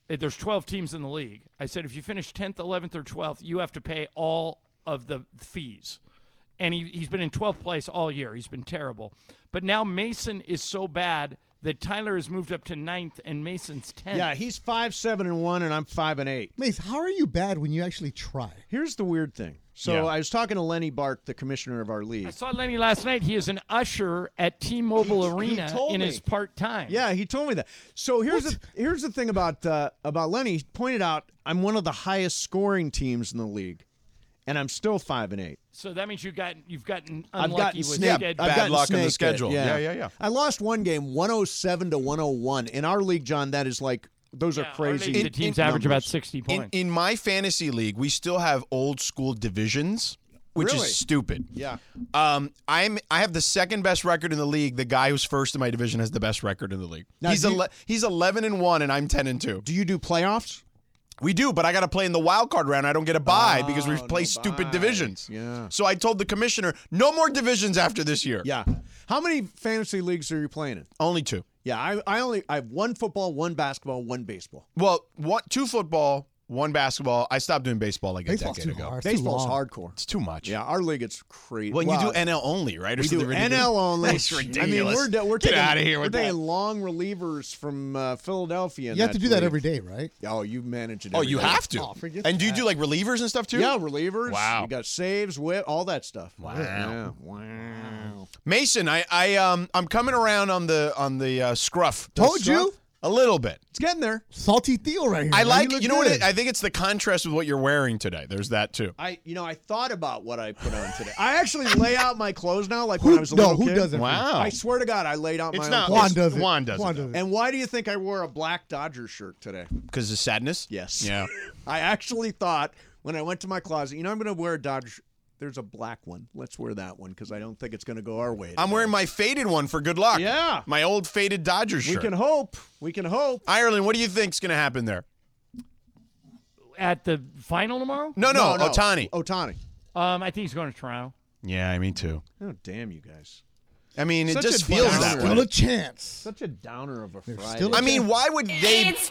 [SPEAKER 3] eh, there's 12 teams in the league. I said, if you finish 10th, 11th, or 12th, you have to pay all of the fees. And he, he's been in 12th place all year. He's been terrible. But now Mason is so bad that Tyler has moved up to ninth and Mason's 10th.
[SPEAKER 1] Yeah, he's five seven and one, and I'm five and eight.
[SPEAKER 20] Mace, how are you bad when you actually try?
[SPEAKER 1] Here's the weird thing. So
[SPEAKER 20] Yeah.
[SPEAKER 1] I was talking to Lenny Bart, the commissioner of our league.
[SPEAKER 3] I saw Lenny last night. He is an usher at T-Mobile Arena in his part time.
[SPEAKER 1] Yeah, he told me that. So here's the here's the thing about uh, about Lenny. He pointed out I'm one of the highest scoring teams in the league, and I'm still five and eight.
[SPEAKER 3] So that means you've gotten you've gotten
[SPEAKER 1] I've
[SPEAKER 3] unlucky
[SPEAKER 1] gotten
[SPEAKER 3] with
[SPEAKER 1] snake.
[SPEAKER 3] dead-
[SPEAKER 1] I've gotten snake bit.
[SPEAKER 9] Yeah, yeah, yeah.
[SPEAKER 1] I lost one game, 107 to 101. In our league, John, that is like those are crazy.
[SPEAKER 3] the teams average about 60 points.
[SPEAKER 9] In, in my fantasy league, we still have old school divisions, which
[SPEAKER 1] Really?
[SPEAKER 9] is stupid.
[SPEAKER 1] Yeah.
[SPEAKER 9] Um, I'm I have the second best record in the league. The guy who's first in my division has the best record in the league.
[SPEAKER 1] Now,
[SPEAKER 9] he's
[SPEAKER 1] do you-
[SPEAKER 9] ele- he's 11 and 1 and I'm 10 and 2.
[SPEAKER 1] Do you do playoffs?
[SPEAKER 9] We do, but I got to play in the wild card round. I don't get a bye because we play stupid divisions.
[SPEAKER 1] Oh, Yeah.
[SPEAKER 9] So I told the commissioner, no more divisions after this year.
[SPEAKER 1] Yeah. How many fantasy leagues are you playing in?
[SPEAKER 9] Only two.
[SPEAKER 1] Yeah, I, I only I have one football, one basketball, one baseball.
[SPEAKER 9] Well, one, two football, one basketball. I stopped doing baseball like
[SPEAKER 1] Baseball's
[SPEAKER 9] a
[SPEAKER 1] too
[SPEAKER 9] decade ago.
[SPEAKER 1] hard. It's too Baseball's long. hardcore.
[SPEAKER 9] It's too much.
[SPEAKER 1] Yeah, our league it's crazy.
[SPEAKER 9] Well, you do NL only, right? Or
[SPEAKER 1] we do
[SPEAKER 9] something ridiculous?
[SPEAKER 1] NL only.
[SPEAKER 9] That's
[SPEAKER 1] I mean,
[SPEAKER 9] ridiculous.
[SPEAKER 1] we're, da- we're
[SPEAKER 9] Get
[SPEAKER 1] taking,
[SPEAKER 9] outta here
[SPEAKER 1] We're
[SPEAKER 9] with
[SPEAKER 1] taking
[SPEAKER 9] that.
[SPEAKER 1] long relievers from uh, Philadelphia. in
[SPEAKER 20] You have to do that
[SPEAKER 1] league.
[SPEAKER 20] every day, right?
[SPEAKER 1] Oh, you manage it.
[SPEAKER 9] Oh,
[SPEAKER 1] every
[SPEAKER 9] you
[SPEAKER 1] day.
[SPEAKER 9] have to.
[SPEAKER 1] Oh, forget
[SPEAKER 9] and do you
[SPEAKER 1] that.
[SPEAKER 9] do like relievers and stuff too?
[SPEAKER 1] Yeah, relievers.
[SPEAKER 9] Wow.
[SPEAKER 1] You got saves, whip, all that stuff.
[SPEAKER 9] Wow.
[SPEAKER 1] Yeah. Wow.
[SPEAKER 9] Mason, I, I, um, I'm coming around on the on the uh, scruff.
[SPEAKER 20] Told you.
[SPEAKER 9] a little bit.
[SPEAKER 1] It's getting there.
[SPEAKER 20] Salty Theo right here.
[SPEAKER 9] I
[SPEAKER 20] man.
[SPEAKER 9] like. You,
[SPEAKER 20] look
[SPEAKER 9] know what?
[SPEAKER 20] good.
[SPEAKER 9] It, I think it's the contrast with what you're wearing today. There's that too.
[SPEAKER 1] I, you know, I thought about what I put on today. I actually lay out my clothes now, like when I was a
[SPEAKER 20] no,
[SPEAKER 1] little
[SPEAKER 20] who
[SPEAKER 1] kid.
[SPEAKER 20] doesn't?
[SPEAKER 9] Wow.
[SPEAKER 1] I swear to God, I laid out
[SPEAKER 9] It's
[SPEAKER 1] my
[SPEAKER 9] not-
[SPEAKER 1] own clothes.
[SPEAKER 20] Juan does it.
[SPEAKER 9] Juan does
[SPEAKER 20] Juan
[SPEAKER 9] it, though.
[SPEAKER 20] does it.
[SPEAKER 1] And why do you think I wore a black Dodger shirt today?
[SPEAKER 9] Because of sadness.
[SPEAKER 1] Yes.
[SPEAKER 9] Yeah.
[SPEAKER 1] I actually thought when I went to my closet, you know, I'm going to wear a Dodger. There's a black one. Let's wear that one because I don't think it's going to go our way.
[SPEAKER 9] I'm wearing my faded one for good luck.
[SPEAKER 1] Yeah.
[SPEAKER 9] My old faded Dodgers
[SPEAKER 1] We
[SPEAKER 9] shirt.
[SPEAKER 1] can hope. We can hope.
[SPEAKER 9] Ireland, what do you think's going to happen there?
[SPEAKER 3] At the final tomorrow?
[SPEAKER 9] No, no, Otani.
[SPEAKER 1] Otani.
[SPEAKER 3] Um, I think he's going to Toronto.
[SPEAKER 9] Yeah, me too.
[SPEAKER 1] Oh, damn you guys.
[SPEAKER 9] I mean,
[SPEAKER 1] Such
[SPEAKER 9] it just
[SPEAKER 1] a
[SPEAKER 9] feels
[SPEAKER 1] downer.
[SPEAKER 9] that
[SPEAKER 20] Still
[SPEAKER 9] way.
[SPEAKER 20] a chance.
[SPEAKER 1] Such a downer of a
[SPEAKER 20] There's
[SPEAKER 1] Friday.
[SPEAKER 20] still a
[SPEAKER 9] I mean, why would they?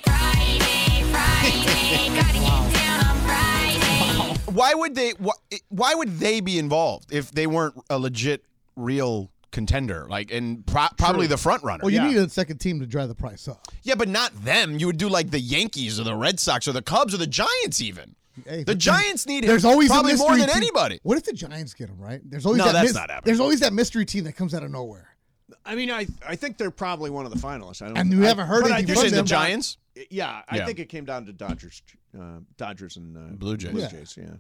[SPEAKER 9] Why would they? Why, why would they be involved if they weren't a legit, real contender? Like, and pro- probably the front runner.
[SPEAKER 20] Well, you need a second team to drive the price up.
[SPEAKER 9] yeah, but not them. You would do like the Yankees or the Red Sox or the Cubs or the Giants, even.
[SPEAKER 20] Hey,
[SPEAKER 9] The Giants need
[SPEAKER 20] There's
[SPEAKER 9] him
[SPEAKER 20] always a
[SPEAKER 9] probably
[SPEAKER 20] mystery
[SPEAKER 9] more than
[SPEAKER 20] team.
[SPEAKER 9] anybody.
[SPEAKER 20] What if the Giants get him right? There's always
[SPEAKER 9] No,
[SPEAKER 20] that
[SPEAKER 9] that's
[SPEAKER 20] mys-
[SPEAKER 9] not happening.
[SPEAKER 20] There's always that mystery team that comes out of nowhere.
[SPEAKER 1] I mean, I I think they're probably one of the finalists. I don't.
[SPEAKER 20] And you
[SPEAKER 1] I-
[SPEAKER 20] haven't heard
[SPEAKER 1] but I
[SPEAKER 20] anything from
[SPEAKER 1] think it
[SPEAKER 20] them.
[SPEAKER 1] came down-
[SPEAKER 9] Giants?
[SPEAKER 1] Yeah, I
[SPEAKER 9] Yeah.
[SPEAKER 1] think it came down to Dodgers, uh, Dodgers and uh,
[SPEAKER 9] Blue Jays.
[SPEAKER 1] Blue
[SPEAKER 20] Yeah.
[SPEAKER 1] Jays, yeah.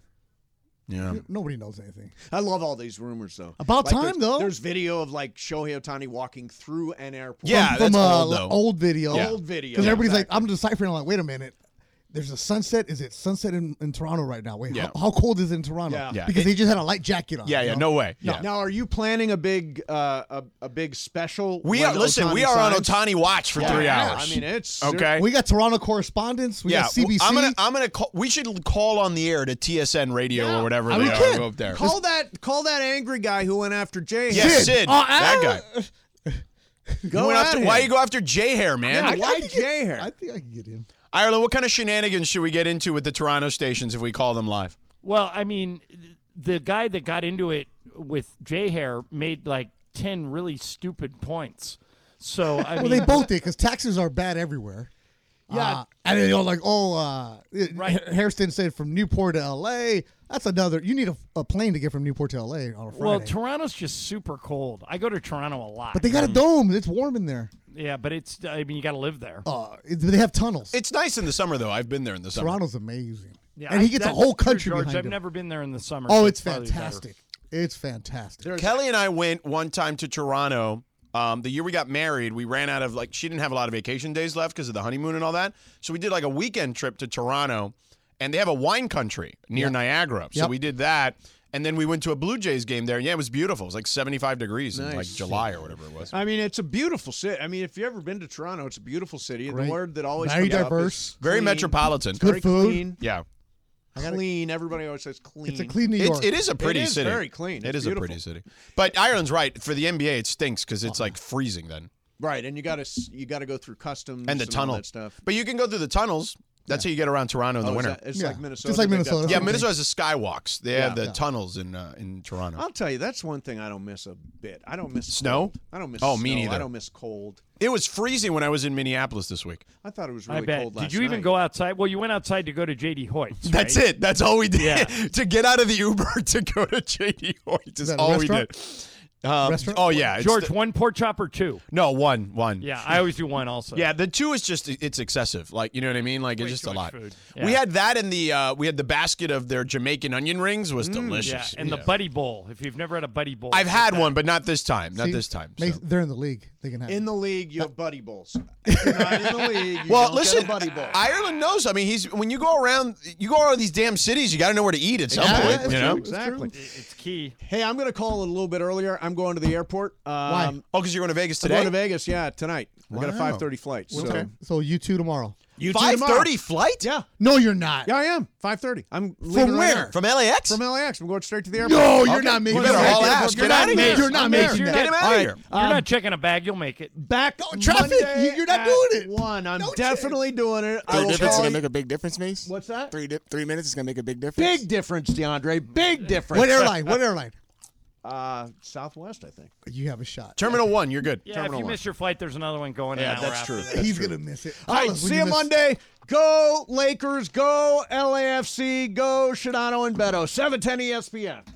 [SPEAKER 9] Yeah.
[SPEAKER 20] Nobody knows anything.
[SPEAKER 1] I love all these rumors though.
[SPEAKER 20] About
[SPEAKER 1] Like,
[SPEAKER 20] time,
[SPEAKER 1] there's-
[SPEAKER 20] though.
[SPEAKER 1] There's video of like Shohei Otani walking through an airport.
[SPEAKER 9] Yeah,
[SPEAKER 20] from
[SPEAKER 9] that's
[SPEAKER 20] a
[SPEAKER 9] old, though.
[SPEAKER 20] old video.
[SPEAKER 1] Yeah. Old video,
[SPEAKER 20] Because everybody's
[SPEAKER 1] exactly.
[SPEAKER 20] like, I'm deciphering. Like, wait a minute. There's a sunset. Is it sunset in, in Toronto right now? Wait,
[SPEAKER 9] Yeah.
[SPEAKER 20] how, how cold is it in Toronto?
[SPEAKER 1] Yeah.
[SPEAKER 9] Yeah.
[SPEAKER 20] Because
[SPEAKER 9] It-
[SPEAKER 20] they just had a light jacket on.
[SPEAKER 9] Yeah,
[SPEAKER 20] you
[SPEAKER 9] yeah,
[SPEAKER 20] know?
[SPEAKER 9] no way. Yeah.
[SPEAKER 1] Now, are you planning a big uh, a, a big special?
[SPEAKER 9] We
[SPEAKER 1] when
[SPEAKER 9] are listen.
[SPEAKER 1] Ohtani
[SPEAKER 9] We are on
[SPEAKER 1] signs?
[SPEAKER 9] Otani watch for
[SPEAKER 1] Yeah.
[SPEAKER 9] three
[SPEAKER 1] Yeah,
[SPEAKER 9] hours.
[SPEAKER 1] I mean, it's
[SPEAKER 9] okay.
[SPEAKER 20] We got Toronto correspondents. We got
[SPEAKER 9] well,
[SPEAKER 20] CBC.
[SPEAKER 9] I'm gonna. I'm gonna. Call, we should call on the air to TSN radio or whatever
[SPEAKER 20] I
[SPEAKER 9] they
[SPEAKER 20] mean,
[SPEAKER 9] are.
[SPEAKER 20] we
[SPEAKER 9] and
[SPEAKER 20] can.
[SPEAKER 9] Go up there.
[SPEAKER 1] Call that call that angry guy who went after Jay.
[SPEAKER 9] yeah, Sid.
[SPEAKER 20] Oh,
[SPEAKER 9] that
[SPEAKER 20] ah.
[SPEAKER 9] guy.
[SPEAKER 1] Go
[SPEAKER 9] You went
[SPEAKER 1] at
[SPEAKER 9] after-
[SPEAKER 1] him.
[SPEAKER 9] Uh, why you go after J Hair, man?
[SPEAKER 20] I- I
[SPEAKER 1] why
[SPEAKER 20] think
[SPEAKER 1] Jay
[SPEAKER 20] it-
[SPEAKER 1] hair?
[SPEAKER 20] I think I can get him.
[SPEAKER 9] Ireland, what kind of shenanigans should we get into with the Toronto stations if we call them live?
[SPEAKER 3] Well, I mean, th- the guy that got into it with J Hair made like 10 really stupid points. So, I
[SPEAKER 20] Well,
[SPEAKER 3] mean,
[SPEAKER 20] they both did because taxes are bad everywhere.
[SPEAKER 3] Yeah.
[SPEAKER 20] Uh, and they're all like, oh, uh, it-
[SPEAKER 3] Right.
[SPEAKER 20] Hairston said from Newport to L.A. That's another. You need a, a plane to get from Newport to L.A. on a Friday.
[SPEAKER 3] well, Toronto's just super cold. I go to Toronto a lot. Um,
[SPEAKER 20] but they got a dome. It's warm in there.
[SPEAKER 3] Yeah, but it's, I mean, you got to live there.
[SPEAKER 20] Uh, it- they have tunnels.
[SPEAKER 9] It's nice in the summer though. I've been there in the summer.
[SPEAKER 20] Toronto's amazing.
[SPEAKER 3] Yeah,
[SPEAKER 20] and
[SPEAKER 3] I-
[SPEAKER 20] he gets a
[SPEAKER 3] that's
[SPEAKER 20] whole
[SPEAKER 3] true,
[SPEAKER 20] country
[SPEAKER 3] George.
[SPEAKER 20] behind
[SPEAKER 3] I've
[SPEAKER 20] him.
[SPEAKER 3] never been there in the summer.
[SPEAKER 20] oh,
[SPEAKER 3] so
[SPEAKER 20] it's
[SPEAKER 3] probably better.
[SPEAKER 20] fantastic. It's fantastic.
[SPEAKER 9] Kelly and I went one time to Toronto. Um, the year we got married, we ran out of like she didn't have a lot of vacation days left because of the honeymoon and all that. So we did like a weekend trip to Toronto, and they have a wine country near Niagara. So
[SPEAKER 1] Yep.
[SPEAKER 9] we did that. And then we went to a Blue Jays game there. Yeah, it was beautiful. It was like 75 degrees in like
[SPEAKER 1] Nice.
[SPEAKER 9] July or whatever it was.
[SPEAKER 1] I mean, it's a beautiful city. I mean, if you've ever been to Toronto, it's a beautiful city.
[SPEAKER 9] Great.
[SPEAKER 1] The word that always
[SPEAKER 9] Very
[SPEAKER 1] comes up
[SPEAKER 9] diverse.
[SPEAKER 1] is
[SPEAKER 9] Very
[SPEAKER 1] clean.
[SPEAKER 9] metropolitan.
[SPEAKER 1] It's
[SPEAKER 9] Good
[SPEAKER 1] very
[SPEAKER 9] food.
[SPEAKER 1] Clean.
[SPEAKER 9] Yeah.
[SPEAKER 1] Clean. Everybody always says clean.
[SPEAKER 20] It's a clean New York.
[SPEAKER 9] It's, it is a pretty
[SPEAKER 1] It is
[SPEAKER 9] city.
[SPEAKER 1] very clean.
[SPEAKER 9] It
[SPEAKER 1] It's
[SPEAKER 9] is a
[SPEAKER 1] beautiful.
[SPEAKER 9] pretty city. But Ireland's right. For the NBA, it stinks because it's like freezing then.
[SPEAKER 1] Right, and you got to you got to go through customs
[SPEAKER 9] And the
[SPEAKER 1] all
[SPEAKER 9] tunnel.
[SPEAKER 1] Mm-hmm. that stuff.
[SPEAKER 9] But you can go through the tunnels. That's how you get around Toronto in
[SPEAKER 1] Oh,
[SPEAKER 9] the
[SPEAKER 1] is
[SPEAKER 9] winter.
[SPEAKER 1] that- it's Yeah. like Minnesota.
[SPEAKER 20] Just like They've got- Minnesota.
[SPEAKER 9] Yeah,
[SPEAKER 20] Same
[SPEAKER 9] Minnesota
[SPEAKER 20] thing.
[SPEAKER 9] has the skywalks. They have
[SPEAKER 1] Yeah.
[SPEAKER 9] the
[SPEAKER 1] Yeah.
[SPEAKER 9] tunnels in uh, in Toronto.
[SPEAKER 1] I'll tell you, that's one thing I don't miss a bit. I don't miss
[SPEAKER 9] Snow?
[SPEAKER 1] cold. I don't miss.
[SPEAKER 9] Oh, me
[SPEAKER 1] snow.
[SPEAKER 9] neither.
[SPEAKER 1] I don't miss cold.
[SPEAKER 9] It was freezing when I was in Minneapolis this week.
[SPEAKER 1] I thought it was
[SPEAKER 3] I
[SPEAKER 1] really
[SPEAKER 3] bet.
[SPEAKER 1] cold last
[SPEAKER 3] Did you even
[SPEAKER 1] night.
[SPEAKER 3] go outside? Well, you went outside to go to JD Hoyt's.
[SPEAKER 9] That's
[SPEAKER 3] right?
[SPEAKER 9] it. That's all we did.
[SPEAKER 3] Yeah.
[SPEAKER 9] to get out of the Uber to go to JD Hoyt's is,
[SPEAKER 3] that a
[SPEAKER 9] all we
[SPEAKER 3] restaurant?
[SPEAKER 9] did. Um, Oh yeah, it's
[SPEAKER 3] George,
[SPEAKER 9] the-
[SPEAKER 3] one pork chop or two?
[SPEAKER 9] no one one.
[SPEAKER 3] Yeah, I always do one also.
[SPEAKER 9] Yeah, the two is just it's excessive. Like you know what I mean? Like it's just a lot. We
[SPEAKER 3] Yeah.
[SPEAKER 9] had that in the uh, we had the basket of their Jamaican onion rings
[SPEAKER 1] Mm.
[SPEAKER 9] was delicious.
[SPEAKER 3] Yeah, and the buddy bowl. If you've never had a buddy bowl,
[SPEAKER 9] I've
[SPEAKER 3] it's
[SPEAKER 9] had
[SPEAKER 3] like
[SPEAKER 9] one, but not this time. Not
[SPEAKER 20] See,
[SPEAKER 9] this time.
[SPEAKER 20] Mason- They're in the league. They can have. it.
[SPEAKER 1] in the league? You have buddy bowls. If you're not in the league. You
[SPEAKER 9] well,
[SPEAKER 1] don't
[SPEAKER 9] listen,
[SPEAKER 1] get a buddy bowl.
[SPEAKER 9] Ireland knows. I mean, he's when you go around, you go around these damn cities, you got to know where to eat at some
[SPEAKER 1] Yeah,
[SPEAKER 9] point.
[SPEAKER 1] that's
[SPEAKER 9] You
[SPEAKER 1] true,
[SPEAKER 9] know
[SPEAKER 1] exactly.
[SPEAKER 3] It's key.
[SPEAKER 1] Hey, I'm going to call it a little bit earlier. I'm going to the airport. Um,
[SPEAKER 20] Why?
[SPEAKER 9] Oh, because you're going to Vegas
[SPEAKER 1] I'm
[SPEAKER 9] today.
[SPEAKER 1] going to Vegas, yeah, tonight. I got a
[SPEAKER 9] Wow.
[SPEAKER 1] 5:30 flight. So
[SPEAKER 20] So, so you two tomorrow.
[SPEAKER 1] You too
[SPEAKER 9] Five
[SPEAKER 1] tomorrow.
[SPEAKER 9] thirty flight?
[SPEAKER 1] Yeah.
[SPEAKER 20] No, you're not.
[SPEAKER 1] Yeah, I am. 5:30. I'm leaving right
[SPEAKER 9] where?
[SPEAKER 1] now.
[SPEAKER 9] From LAX?
[SPEAKER 1] From LAX. I'm going straight to the airport.
[SPEAKER 20] No,
[SPEAKER 1] Okay.
[SPEAKER 20] you're not making.
[SPEAKER 1] You better
[SPEAKER 20] that.
[SPEAKER 1] haul ass.
[SPEAKER 20] You're
[SPEAKER 1] Get
[SPEAKER 20] not
[SPEAKER 1] outta here.
[SPEAKER 20] making- You're not
[SPEAKER 1] I'm
[SPEAKER 20] making
[SPEAKER 1] here.
[SPEAKER 20] that.
[SPEAKER 1] Get him outta
[SPEAKER 20] All right.
[SPEAKER 1] here.
[SPEAKER 3] You're
[SPEAKER 1] Um,
[SPEAKER 3] not checking a bag. You'll make it.
[SPEAKER 1] Back
[SPEAKER 20] Oh, traffic.
[SPEAKER 1] Monday
[SPEAKER 20] You- you're not
[SPEAKER 1] at
[SPEAKER 20] doing it.
[SPEAKER 1] One. I'm
[SPEAKER 20] No
[SPEAKER 1] definitely doing it. I
[SPEAKER 5] Three
[SPEAKER 1] will
[SPEAKER 5] difference is
[SPEAKER 1] call
[SPEAKER 5] gonna
[SPEAKER 1] you-
[SPEAKER 5] make a big difference, Mace.
[SPEAKER 1] What's that?
[SPEAKER 5] Three di- three minutes is gonna make a big difference.
[SPEAKER 1] Big difference, DeAndre. Big difference.
[SPEAKER 20] What airline? What airline?
[SPEAKER 1] Uh, Southwest, I think.
[SPEAKER 20] You have a shot.
[SPEAKER 9] Terminal one, you're good.
[SPEAKER 3] Yeah,
[SPEAKER 9] Terminal
[SPEAKER 3] if you
[SPEAKER 9] one.
[SPEAKER 3] miss your flight, there's another one going.
[SPEAKER 9] Yeah,
[SPEAKER 3] an hour
[SPEAKER 9] that's
[SPEAKER 3] after
[SPEAKER 9] true.
[SPEAKER 3] that.
[SPEAKER 9] That's
[SPEAKER 20] He's
[SPEAKER 9] true.
[SPEAKER 20] gonna miss it.
[SPEAKER 1] All right,
[SPEAKER 20] Carlos, when
[SPEAKER 1] see you
[SPEAKER 20] miss-
[SPEAKER 1] Monday. E Go Lakers. Go LAFC. Go Shadano and Beto. 710 ESPN.